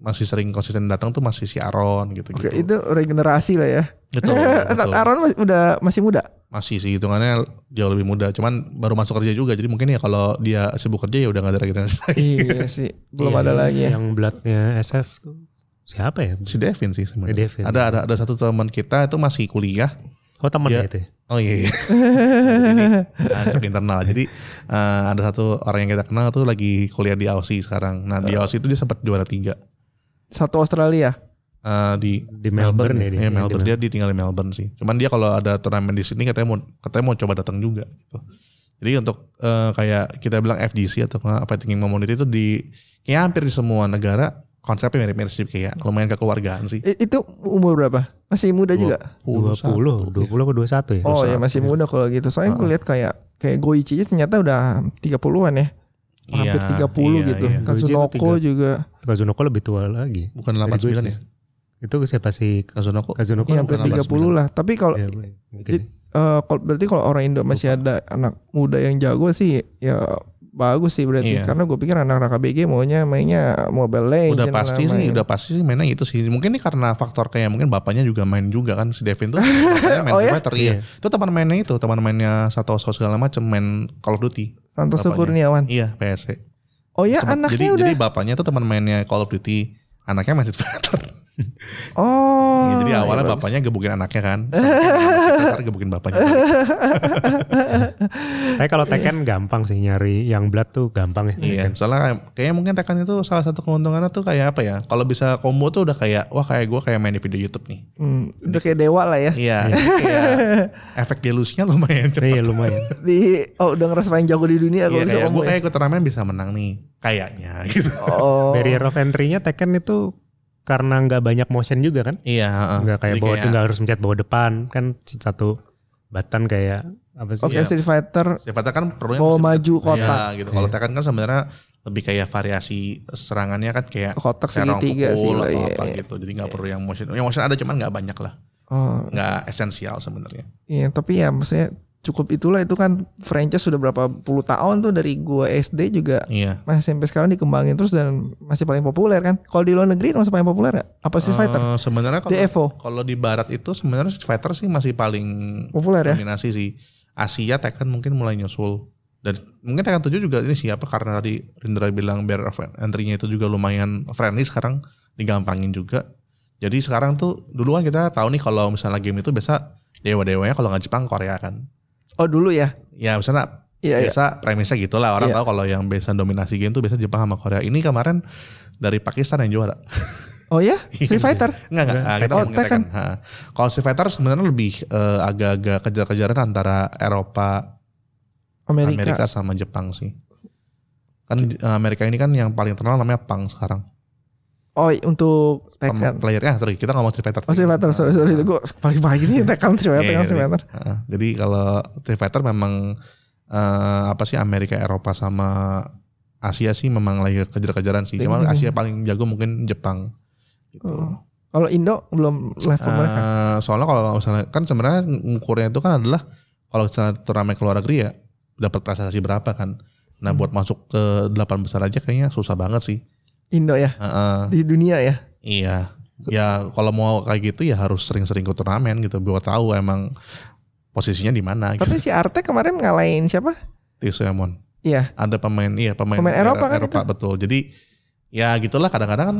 S4: masih sering konsisten datang tuh masih si Aaron gitu gitu.
S2: Oke, itu regenerasi lah ya.
S4: Betul, betul.
S2: Aaron masih, udah masih muda.
S4: masih sih hitungannya jauh lebih muda. Cuman baru masuk kerja juga. Jadi mungkin ya kalau dia sibuk kerja ya udah nggak ada regenerasi lagi.
S2: iya sih, belum
S3: Iya,
S2: ada lagi ya.
S3: Yang bloodnya SF tuh siapa ya?
S4: si Devin sih
S3: Eh,
S4: sebenarnya.
S3: Devin.
S4: Ada ada ada satu teman kita itu masih kuliah.
S3: Oh teman
S4: Iya.
S3: ya itu. ya?
S4: Oh iya. iya. Jadi, nah, untuk internal. Jadi eh, ada satu orang yang kita kenal tuh lagi kuliah di Aussie sekarang. Nah di
S3: Eh.
S4: Aussie itu dia sempat juara tiga
S2: Satu Australia.
S4: Eh, di
S3: Di Melbourne, ya dia.
S4: Iya, Melbourne dia ditinggal di Melbourne sih. Cuman dia kalau ada turnamen di sini katanya mau katanya mau coba datang juga gitu. Jadi untuk eh, kayak kita bilang FGC atau nggak, Fighting Game Community itu di kayak hampir di semua negara konsepnya mirip-mirip sih kayak lumayan kekeluargaan sih.
S2: I- Itu umur berapa? Masih muda juga.
S3: 20,
S4: 21.
S3: 20 ke 21 ya.
S2: Oh ya
S4: 21.
S2: masih muda kalau gitu. Soalnya gue
S4: Heeh.
S2: lihat kayak kayak Goichi aja ternyata udah 30-an ya. Hampir 30 gitu.
S4: iya.
S3: Goichi itu
S2: Katsunoko
S3: tiga-
S2: juga.
S3: Kazunoko lebih tua lagi.
S4: Bukan
S3: Dari
S4: 89
S3: Goichi.
S4: ya?
S3: Itu siapa sih
S4: Kazunoko.
S3: Kazunoko?
S2: Iya, hampir
S4: bukan
S2: 30 lah. Tapi kalau
S4: Iya.
S3: Ya, mungkin.
S2: Jadi- eh, kalau- berarti kalau orang Indo masih ada anak muda yang jago sih ya bagus sih berarti
S4: Iya.
S2: karena gue pikir anak-anak KBG maunya mainnya Mobile Legends
S4: Udah
S2: lah,
S4: pasti sih,
S2: main.
S4: udah pasti sih mainnya itu sih. Mungkin ini karena faktor kayak mungkin bapaknya juga main juga kan si Devin tuh. bapaknya main
S2: Oh
S4: oh,
S2: ya?
S4: iya.
S3: Iya.
S4: Itu teman mainnya itu, teman mainnya Satoso segala macam main Call of Duty.
S2: Santoso
S4: bapaknya.
S2: Kurniawan.
S4: Iya, PSC.
S2: Oh ya
S4: Teman-
S2: anaknya
S4: jadi,
S2: udah.
S4: jadi bapaknya tuh teman mainnya Call of Duty, anaknya masih Fighter.
S2: oh.
S4: Iya, jadi awalnya
S2: iya, bagus.
S4: bapaknya gebukin anaknya kan. Terus gebukin bapaknya.
S3: Tapi kalau
S2: Iya.
S3: Tekken gampang sih nyari yang blood tuh gampang ya.
S4: Iya, soalnya kayak- kayaknya mungkin Tekken itu salah satu keuntungannya tuh kayak apa ya? Kalau bisa combo tuh udah kayak wah kayak gue kayak main di video YouTube nih.
S2: Hmm, udah kayak dewa lah ya.
S4: Iya, kayak efek delusnya lumayan
S3: Tekken. Iya
S4: cepet.
S3: lumayan.
S2: Di oh udah ngerasa paling jago di dunia kalau
S4: Iya,
S2: bisa
S4: kayak
S2: ngomong
S4: gue
S2: ya.
S4: kayak ikut turnamen bisa menang nih, kayaknya gitu.
S2: Oh.
S3: Barrier of entry-nya Tekken itu karena nggak banyak motion juga kan?
S4: Iya,
S2: Ah.
S4: heeh.
S3: Nggak kayak
S4: Jadi
S3: bawa
S4: kayak-
S3: nggak harus mencet bawa depan kan satu button kayak apa sih?
S2: Oke,
S4: Iya.
S2: Street Fighter
S4: Siapa tahu kan perlunya
S2: bawa
S4: masih-
S2: maju kotak.
S4: Iya, gitu. Kalau
S3: Iya.
S4: Tekken kan sebenarnya lebih kayak variasi serangannya kan kayak
S2: Kotak Oh,
S4: serang
S2: segitiga sih
S4: pukul
S2: lah
S4: atau
S2: iya,
S4: apa
S2: iya.
S4: gitu. Jadi nggak perlu yang motion. Yang motion ada cuman nggak banyak lah.
S2: Oh,
S4: Nggak esensial sebenarnya.
S2: iya, tapi ya maksudnya cukup itulah itu kan franchise sudah berapa puluh tahun tuh dari gua SD juga
S4: Iya.
S2: masih sampai sekarang dikembangin terus dan masih paling populer kan. Kalau di luar negeri masih paling populer gak? Apa Oh, Street Fighter?
S4: Eh, sebenarnya kalau
S2: DFO
S4: kalau di barat itu sebenarnya Street Fighter sih masih paling
S2: populer ya?
S4: dominasi sih. Asia Tekken mungkin mulai nyusul. Dan mungkin Tekken 7 juga ini siapa karena tadi Rindra bilang barrier of entry-nya itu juga lumayan friendly sekarang digampangin juga. Jadi sekarang tuh dulu kan kita tahu nih kalau misalnya game itu biasa dewa-dewanya kalau nggak Jepang Korea kan.
S2: Oh dulu ya?
S4: Ya misalnya
S2: Iya iya.
S4: biasa premisnya gitulah orang
S2: Iya.
S4: tahu kalau yang biasa dominasi game tuh biasa Jepang sama Korea. Ini kemarin dari Pakistan yang juara.
S2: Oh ya? Street Fighter?
S4: Enggak enggak.
S3: Enggak,
S4: Ah, kita
S2: Tekken.
S4: ngomongin
S2: Oh, Tekken.
S4: Tekken. Ha. Kalau Street Fighter sebenarnya lebih eh, agak-agak kejar-kejaran antara Eropa
S2: Amerika.
S4: Amerika. sama Jepang sih. Kan eh, Amerika ini kan yang paling terkenal namanya Pang sekarang.
S2: Oh untuk
S4: Pem-
S2: Tekken.
S4: Playernya, sorry kita ngomong Street Fighter.
S2: kan? Oh Street Fighter, sorry sorry itu gue paling pagi nih Tekken Street Fighter,
S4: Iya,
S2: Tekken, Street
S4: iya.
S2: Fighter.
S4: Heeh. jadi kalau Street Fighter memang eh, apa sih Amerika, Eropa sama Asia sih memang lagi kejar-kejaran sih.
S2: Ding,
S4: Cuman
S2: ding,
S4: Asia paling jago mungkin Jepang. Gitu.
S2: Oh. Kalau Indo belum level mereka.
S4: Eh, soalnya kalau misalnya kan sebenarnya ngukurnya itu kan adalah kalau misalnya turnamen ke luar negeri ya dapat prestasi berapa kan.
S2: Hmm.
S4: Nah buat masuk ke delapan besar aja kayaknya susah banget sih.
S2: Indo ya
S4: Heeh.
S2: di dunia ya.
S4: Iya. Ya kalau mau kayak gitu ya harus sering-sering ke turnamen gitu biar tahu emang posisinya di mana gitu.
S2: Tapi si Arte kemarin ngalahin siapa?
S4: Tio Emon.
S2: Iya.
S4: Ada pemain iya pemain,
S2: Pemain Eropa kan
S4: Eropa, betul. Jadi ya gitulah kadang-kadang kan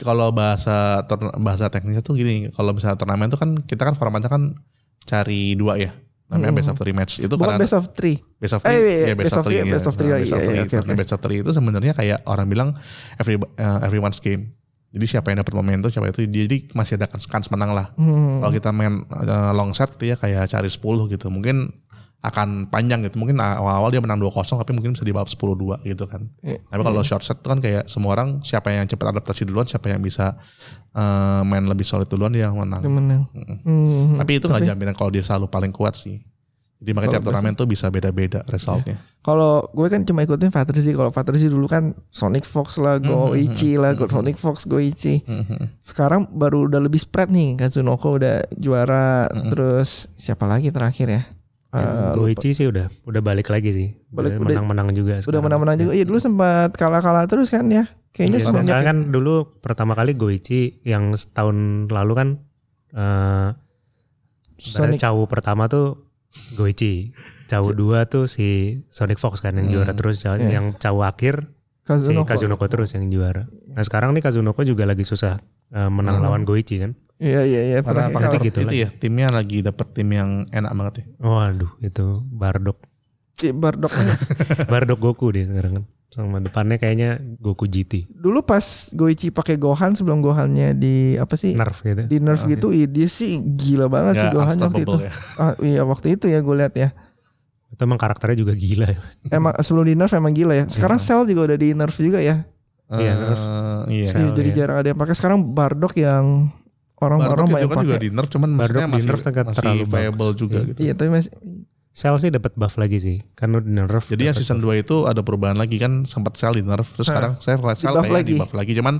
S4: kalau bahasa turn- bahasa teknisnya tuh gini, kalau misalnya turnamen tuh kan kita kan formatnya kan cari dua ya. Namanya
S2: Hmm.
S4: best of three match. Itu
S2: Bukan
S4: karena
S2: best of three.
S4: Best of
S2: Eh,
S4: three,
S2: iya, iya,
S4: ya, best, of three, iya.
S2: best of three
S4: Nah,
S2: lagi,
S4: best of
S2: iya,
S4: three.
S2: iya, oke,
S4: Turnamen
S2: oke.
S4: Best of three itu sebenarnya kayak orang bilang every, eh, everyone's game. Jadi siapa yang dapat momentum, siapa itu jadi masih ada kans, kans menang lah.
S2: Hmm.
S3: Oh, gitu.
S4: Kalau kita main eh, long set gitu ya kayak cari 10 gitu. Mungkin akan panjang gitu. Mungkin awal-awal dia menang 2-0 tapi mungkin bisa dibawa 10-2 gitu kan.
S2: Iya.
S4: Tapi kalau short set itu kan kayak semua orang siapa yang cepat adaptasi duluan, siapa yang bisa eh, main lebih solid duluan dia yang
S2: Dia
S4: menang.
S2: menang.
S4: Mm-mm.
S2: Hmm.
S4: Tapi itu nggak jaminan kalau dia selalu paling kuat sih. Jadi makanya tiap
S2: Kalau
S4: turnamen tuh bisa beda-beda resultnya.
S2: Kalau gue kan cuma ikutin Fatherzi. Kalau Fatherzi dulu kan Sonic Fox lah,
S3: Hmm,
S2: Goichi lah, Go- Sonic Fox, Goichi.
S3: Mm-hmm.
S2: Sekarang baru udah lebih spread nih. Kazunoko udah juara. Terus siapa lagi terakhir ya? Eh,
S3: Goichi sih Hmm, udah udah balik lagi sih.
S2: Balik,
S3: Udah
S2: udah-
S3: menang-menang juga.
S2: udah
S3: sekarang.
S2: menang-menang juga. Iya dulu sempat kalah-kalah terus kan ya. Kayaknya
S3: Iya,
S2: semenjak
S3: sekarang kan dulu pertama kali Goichi yang setahun lalu kan eh
S2: Sonic
S3: Sonic. Cawu pertama tuh Goichi. Cawu dua tuh si Sonic Fox kan yang
S4: Hmm.
S3: juara terus Cawu-
S2: Iya.
S3: yang Cawu akhir si
S2: Kazunoko.
S3: Kazunoko terus yang juara. Nah, sekarang nih Kazunoko juga lagi susah eh, menang
S4: Hmm.
S3: lawan Goichi kan.
S2: Iya iya iya. pernah
S4: Karena faktor
S2: kalah.
S3: gitu
S4: itu
S3: lagi.
S4: ya timnya lagi dapet tim yang enak banget ya.
S3: Waduh, itu Bardock.
S2: Cik, Bardock.
S3: Bardock Goku dia sekarang kan. Sama depannya kayaknya Goku GT.
S2: dulu pas Goichi pakai Gohan sebelum Gohannya di apa sih?
S3: Nerf gitu.
S2: Di nerf gitu, ih, dia sih gila banget sih
S4: Nggak
S2: Gohan waktu itu.
S4: unstoppable ya.
S2: Ah, iya waktu itu ya gue lihat ya.
S3: Itu emang karakternya juga gila.
S4: Hmm.
S2: Emang sebelum di nerf emang gila ya. Sekarang
S4: Iya.
S2: Cell juga udah di nerf juga ya.
S3: Iya,
S4: Eh,
S3: terus.
S4: Iya.
S3: Cell,
S2: Jadi
S3: iya.
S2: jarang ada yang pakai. Sekarang Bardock yang orang-orang
S4: Bardock
S2: banyak
S4: itu kan juga
S2: pakai.
S4: di nerf cuman
S3: Bardock
S4: maksudnya
S3: di
S4: masih,
S3: nerf kan
S4: masih
S3: terlalu
S4: viable juga gitu.
S2: Iya tapi masih
S3: Cell sih dapat buff lagi sih. Kan udah nerf.
S4: Jadi yang
S3: dapet
S4: season 2 itu ada perubahan lagi kan sempat sel di nerf terus
S2: Nah,
S4: sekarang saya flat sel
S2: di-buff
S4: kayak
S2: lagi.
S4: di buff lagi cuman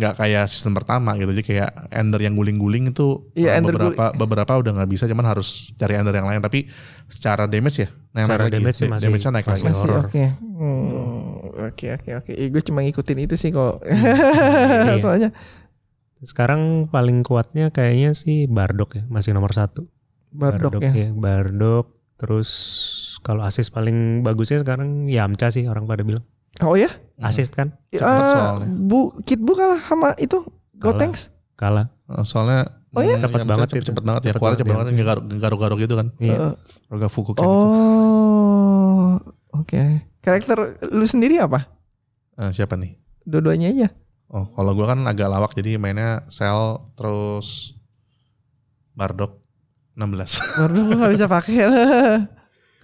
S4: nggak kayak season pertama gitu jadi kayak ender yang guling-guling itu
S2: Iya,
S4: eh,
S2: ender
S4: beberapa beberapa udah nggak bisa cuman harus cari ender yang lain tapi secara damage ya naik
S3: Secara damage sih
S4: Da-
S3: masih-
S4: damage-nya naik
S3: masih
S4: lagi.
S2: masih ya.
S3: horor.
S2: oke. Hmm, Oke oke oke. Ih, Gue cuma ngikutin itu sih kok.
S3: Iya.
S2: Soalnya
S3: Sekarang paling kuatnya kayaknya sih Bardock ya, masih nomor satu.
S2: Bardock ya.
S3: Bardock. Terus kalau assist paling bagusnya sekarang Yamcha sih orang pada bilang.
S2: Oh ya?
S4: Hmm.
S3: Assist kan?
S4: Cepet
S2: Ah,
S4: soalnya.
S2: bu Kit Bu kalah sama itu
S3: Kalah.
S2: Gotenks.
S3: Kalah.
S4: Eh, soalnya
S2: Oh iya?
S4: hmm,
S3: Cepet
S4: yang
S3: banget
S4: cepet,
S3: itu.
S4: cepet banget ya
S3: Cepet
S4: keluar cepet
S3: banget iya.
S4: banget
S3: dia.
S4: garuk garuk-garuk gitu kan
S3: Iya.
S2: Eh,
S4: roga fuku kayak gitu.
S2: oh. Oke. Karakter lu sendiri apa?
S4: Eh, siapa nih
S2: Dua-duanya aja.
S4: oh kalau gua kan agak lawak jadi mainnya sel terus Bardock 16
S2: Baru lu gak bisa pakai lah.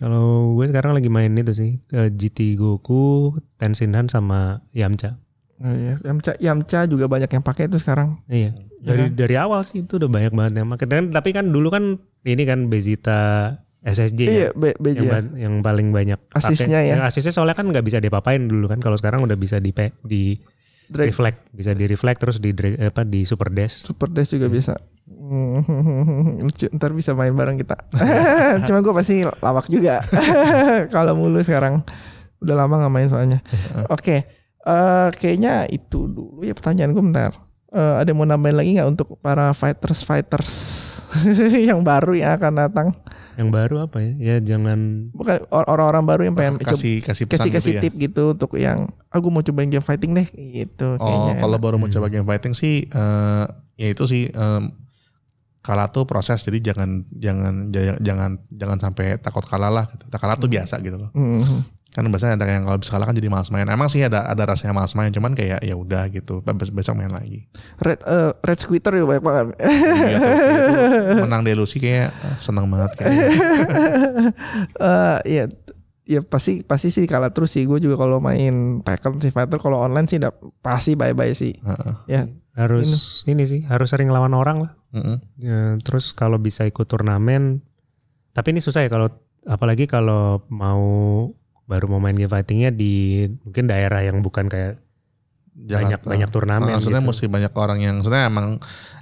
S3: Kalau gue sekarang lagi main itu sih eh, GT Goku, Tenshinhan sama Yamcha.
S2: Oh, iya. Yamcha, Yamcha juga banyak yang pakai itu sekarang.
S3: Iya.
S2: Iya
S3: Dari dari awal sih itu udah banyak banget yang pakai. Dan- Tapi kan dulu kan ini kan Bezita SSJ ya.
S2: Iya, Be- BJ.
S3: yang, ba- yang paling banyak pakai.
S2: Asisnya ya.
S3: Yang asisnya soalnya kan nggak bisa dipapain dulu kan kalau sekarang udah bisa di di
S2: Drake
S3: reflect bisa di reflect terus di dra- apa di super dash
S2: Super Dash juga bisa. Lucu, ntar bisa main bareng kita. Cuma gue pasti lawak juga. Kalau mulu sekarang udah lama nggak main soalnya. Oke, eh, kayaknya itu dulu ya pertanyaan gue bentar. Eh, ada yang mau nambahin lagi nggak untuk para fighters fighters yang baru yang akan datang?
S3: yang baru apa ya ya jangan
S2: Bukan or- orang-orang baru yang pengen coba-
S4: kasih kasih
S2: kasih
S4: pesan gitu
S2: kasih
S4: ya.
S2: tip gitu untuk yang aku mau cobain game fighting deh gitu
S4: Oh,
S2: kayaknya
S4: kalau baru mau
S3: Hmm.
S4: coba game fighting sih eh ya itu sih em, kalah tuh proses jadi jangan jangan jangan jangan, jangan sampai takut kalah lah gitu. Tak kalah tuh biasa gitu loh.
S2: Hmm.
S4: Kan biasanya ada yang kalau bisa kalah kan jadi malas main. Emang sih ada ada rasanya malas main cuman kayak ya udah gitu. Tapi bes- besok main lagi.
S2: red eh, red squitter juga banyak banget
S4: Iya, tuh, itu menang delusi kayak eh, seneng banget kayak.
S2: Eh, ya ya pasti pasti sih kalah terus sih gue juga kalau main Tekken Street Fighter kalau online sih udah pasti bye bye sih
S4: Heeh.
S2: ya
S3: harus ini sih harus sering lawan orang lah
S4: Heeh.
S3: Ya, terus kalau bisa ikut turnamen tapi ini susah ya kalau apalagi kalau mau baru mau main game fightingnya di mungkin daerah yang bukan kayak banyak
S4: Jakarta.
S3: banyak turnamen
S4: ah. Maksudnya
S3: gitu.
S4: mesti banyak orang yang sebenarnya emang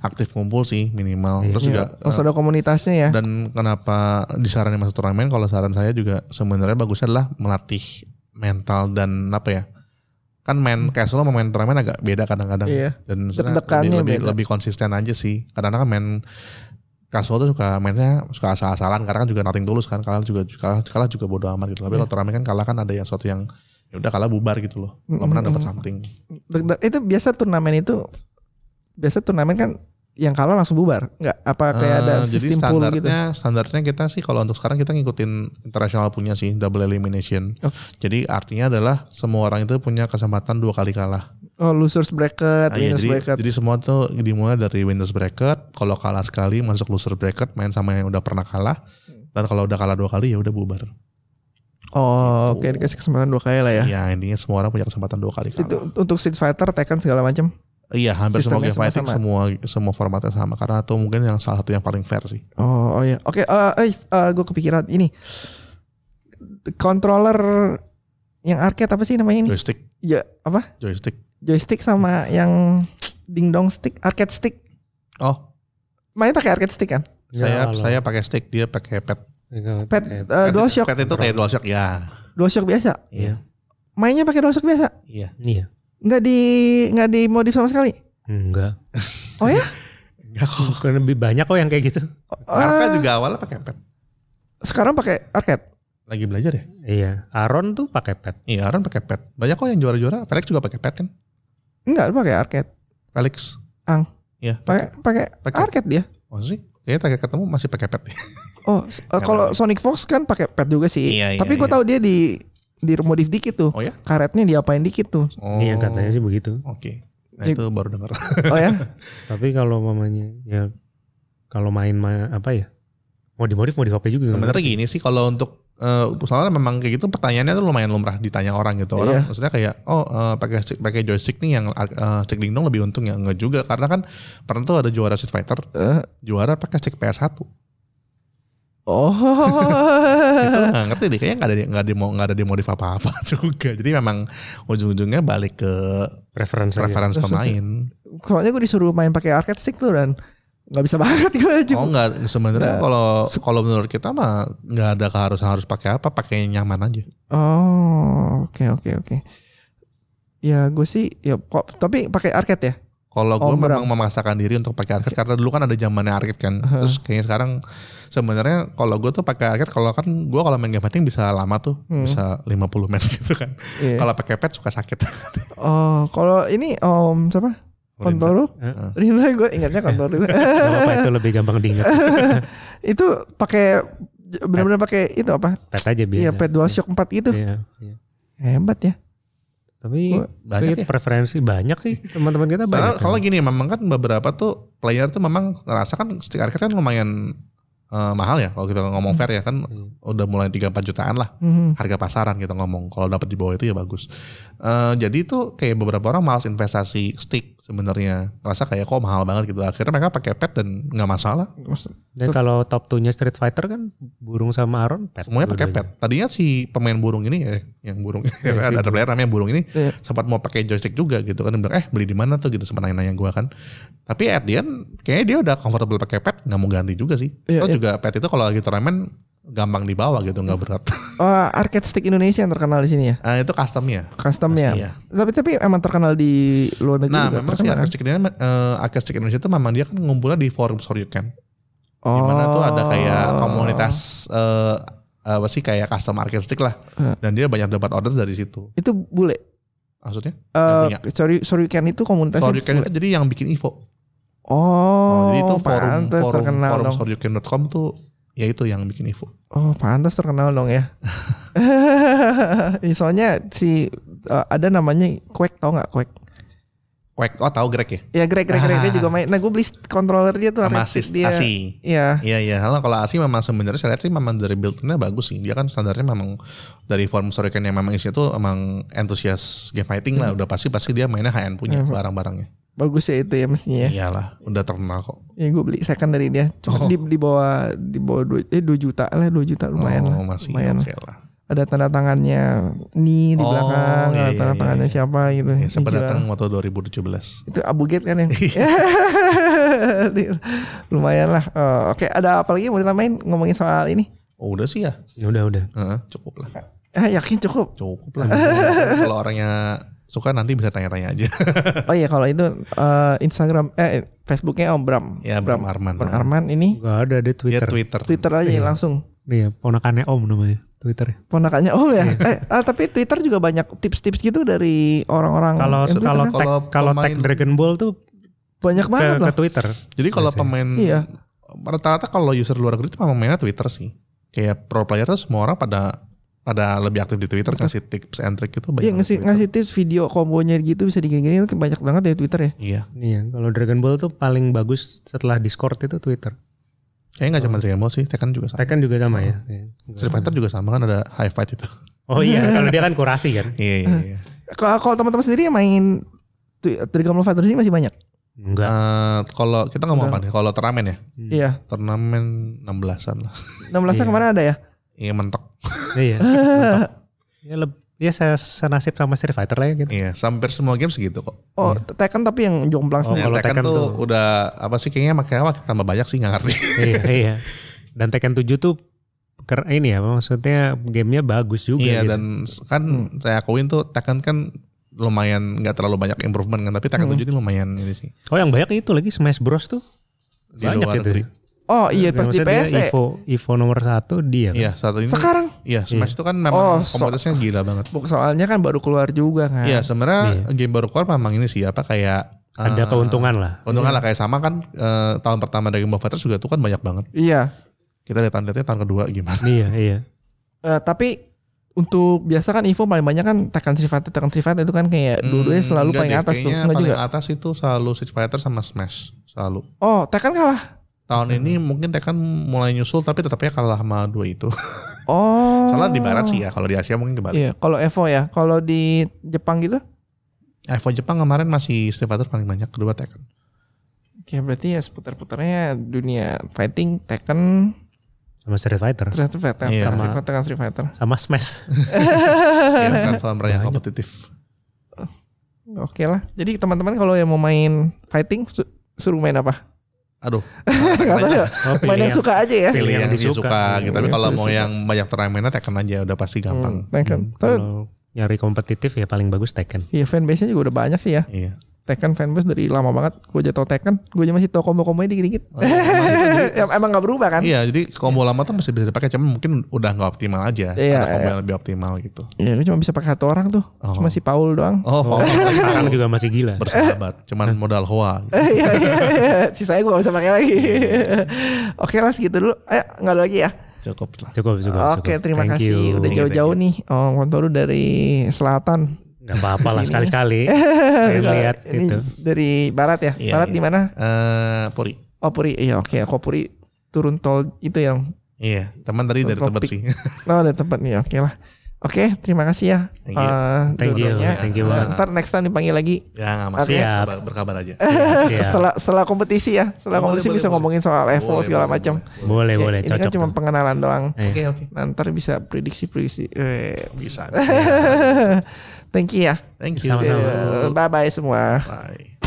S4: aktif ngumpul sih minimal.
S3: Iya.
S4: Terus
S2: Iya,
S4: juga
S2: terus
S4: eh,
S2: ada komunitasnya ya
S4: Dan kenapa disarankan masuk turnamen? Kalau saran saya juga sebenarnya bagusnya adalah melatih mental dan apa ya? Kan main casual sama main turnamen agak beda kadang-kadang.
S2: iya
S4: Dan maksudnya
S2: Deg-degannya
S4: lebih, lebih,
S2: beda.
S4: lebih konsisten aja sih. Kadang-kadang kan main casual tuh suka mainnya suka asal-asalan karena kan juga nothing tulus kan kalah juga kalah, kalah juga bodo amat gitu. Tapi
S2: Iya.
S4: kalau turnamen kan kalah kan ada yang suatu yang ya udah kalah bubar gitu loh. Kalau
S2: Mm-mm.
S4: menang dapat something.
S2: Deg-deg- itu biasa turnamen itu biasa turnamen kan yang kalah langsung bubar nggak apa kayak ada
S4: Eh, jadi
S2: sistem pool gitu
S4: standarnya standarnya kita sih kalau untuk sekarang kita ngikutin internasional punya sih double elimination.
S2: Oh.
S4: Jadi artinya adalah semua orang itu punya kesempatan dua kali kalah.
S2: oh losers bracket
S4: Nah, iya,
S2: winners
S4: jadi,
S2: bracket
S4: jadi semua tuh dimulai dari winners bracket. Kalau kalah sekali masuk loser bracket main sama yang udah pernah kalah.
S2: Hmm.
S4: Dan kalau udah kalah dua kali ya udah bubar.
S2: oh
S4: Gitu.
S2: oke
S4: Iya,
S2: dikasih kesempatan dua kali lah ya
S4: Ya intinya semua orang punya kesempatan dua kali kalah.
S2: Itu untuk Street Fighter, Tekken segala macam.
S4: Iya, hampir semua
S2: Sistemnya
S4: game fighting
S2: sama-sama. ya?
S4: semua semua formatnya sama karena itu mungkin yang salah satu yang paling fair sih.
S2: Oh, oh ya. Oke, eh gue kepikiran ini. Controller yang arcade apa sih namanya ini?
S4: Joystick,
S2: Ya, apa?
S4: joystick.
S2: Joystick sama yang ding dong stick, arcade stick.
S4: Oh,
S2: Main pakai arcade stick kan?
S3: Ya
S4: saya saya pakai stick, dia pakai pad.
S2: Pad eh,
S4: Pad-
S2: DualShock,
S4: Pad itu kayak DualShock ya.
S2: DualShock biasa.
S4: Iya.
S2: Mainnya pakai DualShock biasa.
S4: Iya.
S3: Iya.
S2: Nggak di nggak dimodif sama sekali.
S3: Enggak.
S2: Oh ya?
S4: Enggak kok.
S3: Bukan lebih banyak kok yang kayak gitu.
S4: Arka
S2: Eh,
S4: juga awalnya pakai pad.
S2: sekarang pakai arcade.
S4: Lagi belajar ya?
S3: Iya. Aaron tuh pakai pad.
S4: Iya, Aaron pakai pad. Banyak kok yang juara-juara. Felix juga pakai pad kan?
S2: Enggak, pakai arcade.
S4: Felix.
S2: Ang. Ah,
S4: Iya,
S2: Pakai
S4: pakai.
S2: pakai
S4: Pakai.
S2: arcade dia.
S4: Oh sih. Kayaknya terakhir ketemu masih pakai pad.
S2: Oh, s- eh, kalau Sonic Fox kan pakai pad juga sih.
S4: Iya, iya,
S2: Tapi gue
S4: iya.
S2: tahu dia di di modif dikit tuh.
S4: Oh ya?
S2: Karetnya diapain dikit tuh.
S4: Oh.
S3: Iya katanya Iya. sih begitu.
S4: Oke.
S2: Iya.
S4: Nah, itu baru dengar.
S2: Oh ya.
S3: Tapi kalau mamanya ya kalau main ma- apa ya? Modif-modif modif apa juga.
S4: Sebenarnya gini sih kalau untuk eh, soalnya memang kayak gitu pertanyaannya tuh lumayan lumrah ditanya orang gitu. Orang
S2: Iya.
S4: maksudnya kayak oh eh, pakai stick- pakai joystick nih yang eh, stick dingdong lebih untung ya enggak juga karena kan pernah tuh ada juara Street Fighter
S2: Eh,
S4: juara pakai stick PS1.
S2: oh.
S4: itu
S2: Eh.
S4: nggak ngerti deh kayaknya nggak ada nggak ada nggak ada dimodif apa-apa juga. Jadi memang ujung-ujungnya balik ke
S3: preference aja.
S4: preferensi
S2: Terus, terus,
S4: pemain.
S2: Soalnya gue disuruh main pakai arcade stick tuh dan nggak bisa banget gue
S4: Oh
S2: juga.
S4: enggak
S2: Nah,
S4: sebenarnya kalau kalau menurut kita mah nggak ada keharusan harus pakai apa, pakai yang nyaman aja.
S2: Oh, oke oke oke. Ya gue sih ya kok tapi pakai arcade ya.
S4: Kalau
S2: Oh,
S4: gue
S2: berat.
S4: memang memaksakan diri untuk pakai arcade karena dulu kan ada zamannya arcade kan. Terus kayaknya sekarang sebenarnya kalau gue tuh pakai arcade kalau kan gue kalau main game fighting bisa lama tuh,
S2: Hmm.
S4: bisa 50 match gitu kan.
S2: Iya.
S4: Kalau pakai pad suka sakit.
S2: Oh, kalau ini om siapa?
S4: Oh,
S2: Kontoro?
S3: Heeh.
S2: Rina gue ingatnya Kontoro.
S3: Gak
S4: ya?
S3: apa itu lebih gampang diingat.
S2: itu pakai benar-benar pakai itu apa?
S3: Pad aja biasa.
S2: Iya, pad DualShock 4 gitu.
S3: Iya, iya.
S2: Hebat ya.
S3: Tapi
S2: Gua-
S4: banyak ya.
S3: tapi preferensi banyak sih teman-teman kita
S4: Soalnya
S3: banyak.
S4: kalau
S3: kan.
S4: gini memang kan beberapa tuh player tuh memang ngerasa kan stick arcade kan lumayan eh, mahal ya kalau kita
S2: Hmm.
S4: ngomong fair ya kan
S3: Iya.
S4: udah mulai 3 4 jutaan lah.
S2: Mhm.
S4: harga pasaran kita ngomong kalau dapat di bawah itu ya bagus Eh, jadi itu kayak beberapa orang malas investasi stick sebenarnya rasa kayak kok mahal banget gitu akhirnya mereka pakai pad dan nggak masalah
S2: Maksud-
S3: Dan kalau top 2-nya Street Fighter kan burung sama Aaron pad.
S4: semuanya pakai pad
S3: dua-duanya.
S4: tadinya si pemain burung ini eh, yang burung ada, ada player namanya burung ini
S2: Iya.
S4: sempat mau pakai joystick juga gitu kan dia bilang eh beli di mana tuh gitu sempat nanya-nanya gue kan tapi at the end kayaknya dia udah comfortable pakai pad nggak mau ganti juga sih
S2: Iya,
S4: Terus
S2: iya.
S4: juga pad itu kalau lagi turnamen gampang dibawa gitu nggak berat
S2: Oh, arcade stick Indonesia yang terkenal di sini ya.
S4: Eh, itu customnya
S2: Customnya.
S4: Iya.
S2: Tapi tapi emang terkenal di luar negeri
S4: Nah,
S2: juga
S4: memang sih
S2: terkenal. kan?
S4: Arcade Indonesia, eh, Arcade Stick Indonesia itu memang dia kan ngumpulnya di forum Soryuken.
S2: oh.
S4: Di mana tuh ada kayak komunitas eh apa sih kayak custom arcade stick lah.
S2: Eh.
S4: Dan dia banyak dapat order dari situ.
S2: Itu bule.
S4: Maksudnya?
S2: Eh
S4: Yang
S2: sorry sorry Ken itu komunitasnya
S4: Soryuken
S2: bule.
S4: itu jadi yang bikin info. Nah,
S2: Oh,
S4: jadi itu forum
S2: pantas
S4: forum,
S2: terkenal
S4: forum
S2: dong.
S4: soryuken.com tuh ya itu yang bikin info.
S2: Oh, pantas terkenal dong ya. Ih, Soalnya si eh, ada namanya Quack tau nggak Quack?
S4: Wek, oh tahu Greg
S2: Ya
S4: ya?
S2: Greg Greg Greg dia
S4: Ah.
S2: juga main. Nah gue beli controller dia tuh arcade
S4: Sama
S2: stick
S4: Asis,
S2: dia.
S4: Asi.
S2: Iya.
S4: Iya iya, kalau kalau Asi memang sebenarnya saya lihat sih memang dari build-nya bagus sih. Dia kan standarnya memang dari form Sorokin yang memang isinya tuh emang antusias game fighting lah. Udah pasti pasti dia mainnya high end punya
S2: Hmm.
S4: barang-barangnya.
S2: Bagus ya itu ya mestinya. ya.
S4: Iyalah, udah terkenal kok.
S2: Ya gue beli second dari dia. Cuma
S4: Oh.
S2: di, di bawah di bawah dua, eh 2 juta lah, 2 juta lumayan lah.
S4: oh, masih
S2: lumayan
S4: oke lah.
S2: Ada tanda tangannya Ni di
S4: Oh,
S2: belakang,
S4: iya,
S2: ada
S4: iya,
S2: tanda
S4: iya,
S2: tangannya
S4: iya.
S2: siapa gitu.
S4: Ya, sempat
S2: Dijual.
S4: datang Iya. waktu 2017.
S2: Itu Abu Gate kan yang. lumayan lah. Eh, Oke, ada apa lagi mau ditambahin ngomongin soal ini?
S4: Oh, udah sih ya.
S3: Udah udah.
S4: Heeh, cukup lah.
S2: Ah, yakin cukup.
S4: Cukup lah. kalau orangnya suka nanti bisa tanya-tanya aja.
S2: Oh iya kalau itu eh, Instagram eh Facebooknya Om Bram.
S4: ya, Bram Arman.
S2: Bram Arman ini
S3: Gak ada
S4: Ya,
S3: di Twitter.
S4: Twitter.
S2: Twitter aja
S3: Iya.
S2: langsung.
S3: Iya, ponakannya Om namanya Twitter.
S2: ponakannya oh ya eh, ah, tapi Twitter juga banyak tips-tips gitu dari orang-orang
S3: Kalau
S2: yang Twitter
S3: kalau
S2: kan.
S3: tag
S4: Kalau
S3: kalau tag
S4: pemain-
S3: Dragon Ball tuh
S2: banyak
S3: ke,
S2: banget
S3: ke
S2: lah
S3: Twitter.
S4: Jadi kalau
S3: Biasanya.
S4: pemain
S2: Iya.
S4: rata-rata kalau user luar negeri itu memang mainnya Twitter sih. Kayak pro player tuh semua orang pada pada lebih aktif di Twitter ngasih tips and trick itu banyak.
S2: iya
S4: di
S2: ngasih
S4: Twitter.
S2: ngasih tips video kombonya gitu bisa digini-gini itu banyak banget ya Twitter ya
S4: Iya.
S3: Iya, kalau Dragon Ball tuh paling bagus setelah Discord itu Twitter.
S4: Kayaknya nggak cuma Dragon Ball sih, Tekken juga sama.
S3: Tekken juga sama ya.
S2: Oh.
S3: Iya.
S4: Street Fighter juga sama kan ada high fight itu.
S3: Oh iya, kalau dia kan kurasi kan.
S4: Iya iya iya.
S2: Kalau- kalau teman-teman sendiri yang main Tw- Telegram Love Fantasy masih banyak.
S3: Enggak.
S4: Eh, kalau kita ngomong apa nih? Kalau turnamen ya,
S3: Hmm.
S2: Ah, Iya.
S4: turnamen 16-an lah.
S2: 16-an
S3: Iya.
S2: kemarin ada ya?
S4: Iya mentok.
S3: Iya. ya, leb- ya saya senasib sama Street Fighter lah ya gitu.
S4: Iya, hampir semua game segitu kok.
S2: Oh, Tekken tapi yang jomplang
S3: Oh,
S2: sendiri.
S3: kalau
S4: Kalau Tekken,
S3: Tekken
S4: tuh,
S3: tuh.
S4: udah apa sih kayaknya makanya apa tambah banyak sih nggak ngerti.
S3: iya, iya. Dan Tekken 7 tuh ker ini ya maksudnya gamenya bagus juga
S4: Iya
S3: gitu.
S4: dan s- kan
S2: Hmm.
S4: saya akuin tuh Tekken kan lumayan nggak terlalu banyak improvement kan tapi
S2: Hmm.
S4: Tekken 7 ini lumayan ini sih.
S3: Oh yang banyak itu lagi Smash Bros tuh.
S4: Di
S3: Banyak
S4: luar
S3: itu.
S4: negeri.
S2: Oh, iya pas di
S3: Maksudnya
S2: PS. eh.
S3: dia Evo, Evo nomor satu dia. kan?
S4: Iya, satu ini.
S2: Sekarang
S4: Iya, Smash itu kan memang
S2: Oh, so-
S4: komunitasnya gila banget.
S2: Bu, soalnya kan baru keluar juga kan.
S4: Iya, sebenarnya game baru keluar memang ini sih apa kayak
S3: Ada
S4: eh,
S3: keuntungan lah.
S4: Keuntungan
S2: Iya.
S4: lah kayak sama kan eh, tahun pertama dari Game of Fighters juga tuh kan banyak banget.
S2: Iya.
S4: Kita lihat lihatnya tahun kedua gimana.
S3: Iya, iya.
S2: Eh, tapi untuk biasa kan info paling banyak kan Tekken Street Fighter, Tekken Street Fighter itu kan kayak dua-duanya
S4: Hmm,
S2: selalu
S4: enggak
S2: paling
S4: deh,
S2: atas tuh.
S4: kayaknya
S2: Enggak
S4: paling
S2: juga.
S4: atas itu selalu Street Fighter sama Smash selalu.
S2: Oh, Tekken kalah.
S4: Tahun ini
S2: Hmm.
S4: mungkin Tekken mulai nyusul tapi tetapnya kalah sama dua itu.
S2: Oh.
S4: Salah di barat sih ya, kalau di Asia mungkin ke barat.
S2: Iya, kalau Evo ya, kalau di Jepang gitu,
S4: iPhone Jepang kemarin masih Street Fighter paling banyak kedua kan. Tekken.
S2: kayak berarti ya seputar-putarnya dunia fighting Tekken,
S3: Sama Street Fighter.
S2: Street Fighter,
S4: Iya.
S2: Tekken,
S3: Sama-
S2: Street Fighter, Tekken Street Fighter.
S3: Sama Smash.
S4: Iya, platformer yang
S3: Banyak.
S4: kompetitif.
S2: Oke lah. Jadi teman-teman kalau yang mau main fighting su- suruh main apa?
S4: Aduh.
S2: Nggak tahu ya.
S3: Oh,
S2: Main
S4: Iya.
S3: pilih
S2: yang suka aja ya.
S3: Pilih yang
S4: dia
S3: disuka. Iya.
S4: suka gitu. Tapi
S2: Yang
S4: kalau
S2: dia
S4: mau
S2: suka.
S4: yang banyak turnamennya Tekken kan aja udah pasti gampang.
S2: Hmm, Tekken. Tapi
S3: Kalau nyari kompetitif ya paling bagus Tekken.
S2: Iya fanbase-nya juga udah banyak sih ya.
S4: Iya.
S2: Tekken fanbase dari lama banget. Gue aja tau Tekken. Gue aja masih tau combo-combonya dikit-dikit.
S4: Oh, emang-
S2: Em- Emang gak berubah kan?
S4: Iya, jadi combo lama tuh masih bisa dipakai, cuman mungkin udah nggak optimal aja.
S2: Iya,
S4: Ada combo
S2: iya.
S4: yang lebih optimal gitu.
S2: Iya, gue cuma bisa pakai satu orang tuh.
S4: Oh.
S2: Cuma si Paul doang.
S4: Oh,
S3: Oh,
S4: Paul
S3: sekarang juga masih gila.
S4: bersahabat, cuman modal hoa. Gitu.
S2: Iya, iya, iya. Sisanya gue gak bisa pakai lagi.
S3: Iya,
S2: Oke lah segitu dulu. Ayo gak ada lagi ya.
S4: Cukup lah.
S3: Cukup, cukup.
S2: Oke
S3: cukup.
S2: terima
S3: Thank
S2: kasih.
S3: you.
S2: Udah jauh-jauh nih. Oh Kontoru dari selatan.
S3: Gak apa-apa lah
S2: Sini.
S3: sekali-sekali. Pengen lihat gitu.
S2: Ini
S3: itu.
S2: dari barat ya.
S4: Iya,
S2: barat
S4: iya.
S2: di mana?
S4: Eh, Puri.
S2: Oh Puri. Iya oke. Kok Puri turun tol itu yang.
S4: Iya, teman tadi dari
S2: Topik.
S4: tempat sih.
S2: Oh ada tempat nih. Oke lah. Oke terima kasih ya.
S4: Thank you.
S2: eh,
S3: Thank you,
S2: dua-duanya.
S3: thank you
S2: Eh,
S3: banget.
S2: Ntar next time dipanggil lagi.
S4: ya nggak masih
S3: Oke.
S4: ya, kabar- berkabar aja.
S3: Siap.
S2: Setelah setelah kompetisi ya. Setelah
S4: Boleh,
S2: kompetisi
S4: boleh,
S2: bisa
S4: boleh.
S2: ngomongin soal Evo
S4: Boleh,
S2: segala
S4: boleh,
S2: macam.
S3: Iya. boleh,
S2: Oke,
S3: boleh.
S2: Ini
S3: Cocok.
S2: kan cuma
S3: tuh.
S2: pengenalan doang.
S3: Iya.
S4: Oke oke,
S2: Nanti bisa prediksi prediksi.
S4: bisa.
S2: Thank you ya.
S4: Thank you.
S3: Sama-sama.
S2: Bye bye semua.
S4: Bye.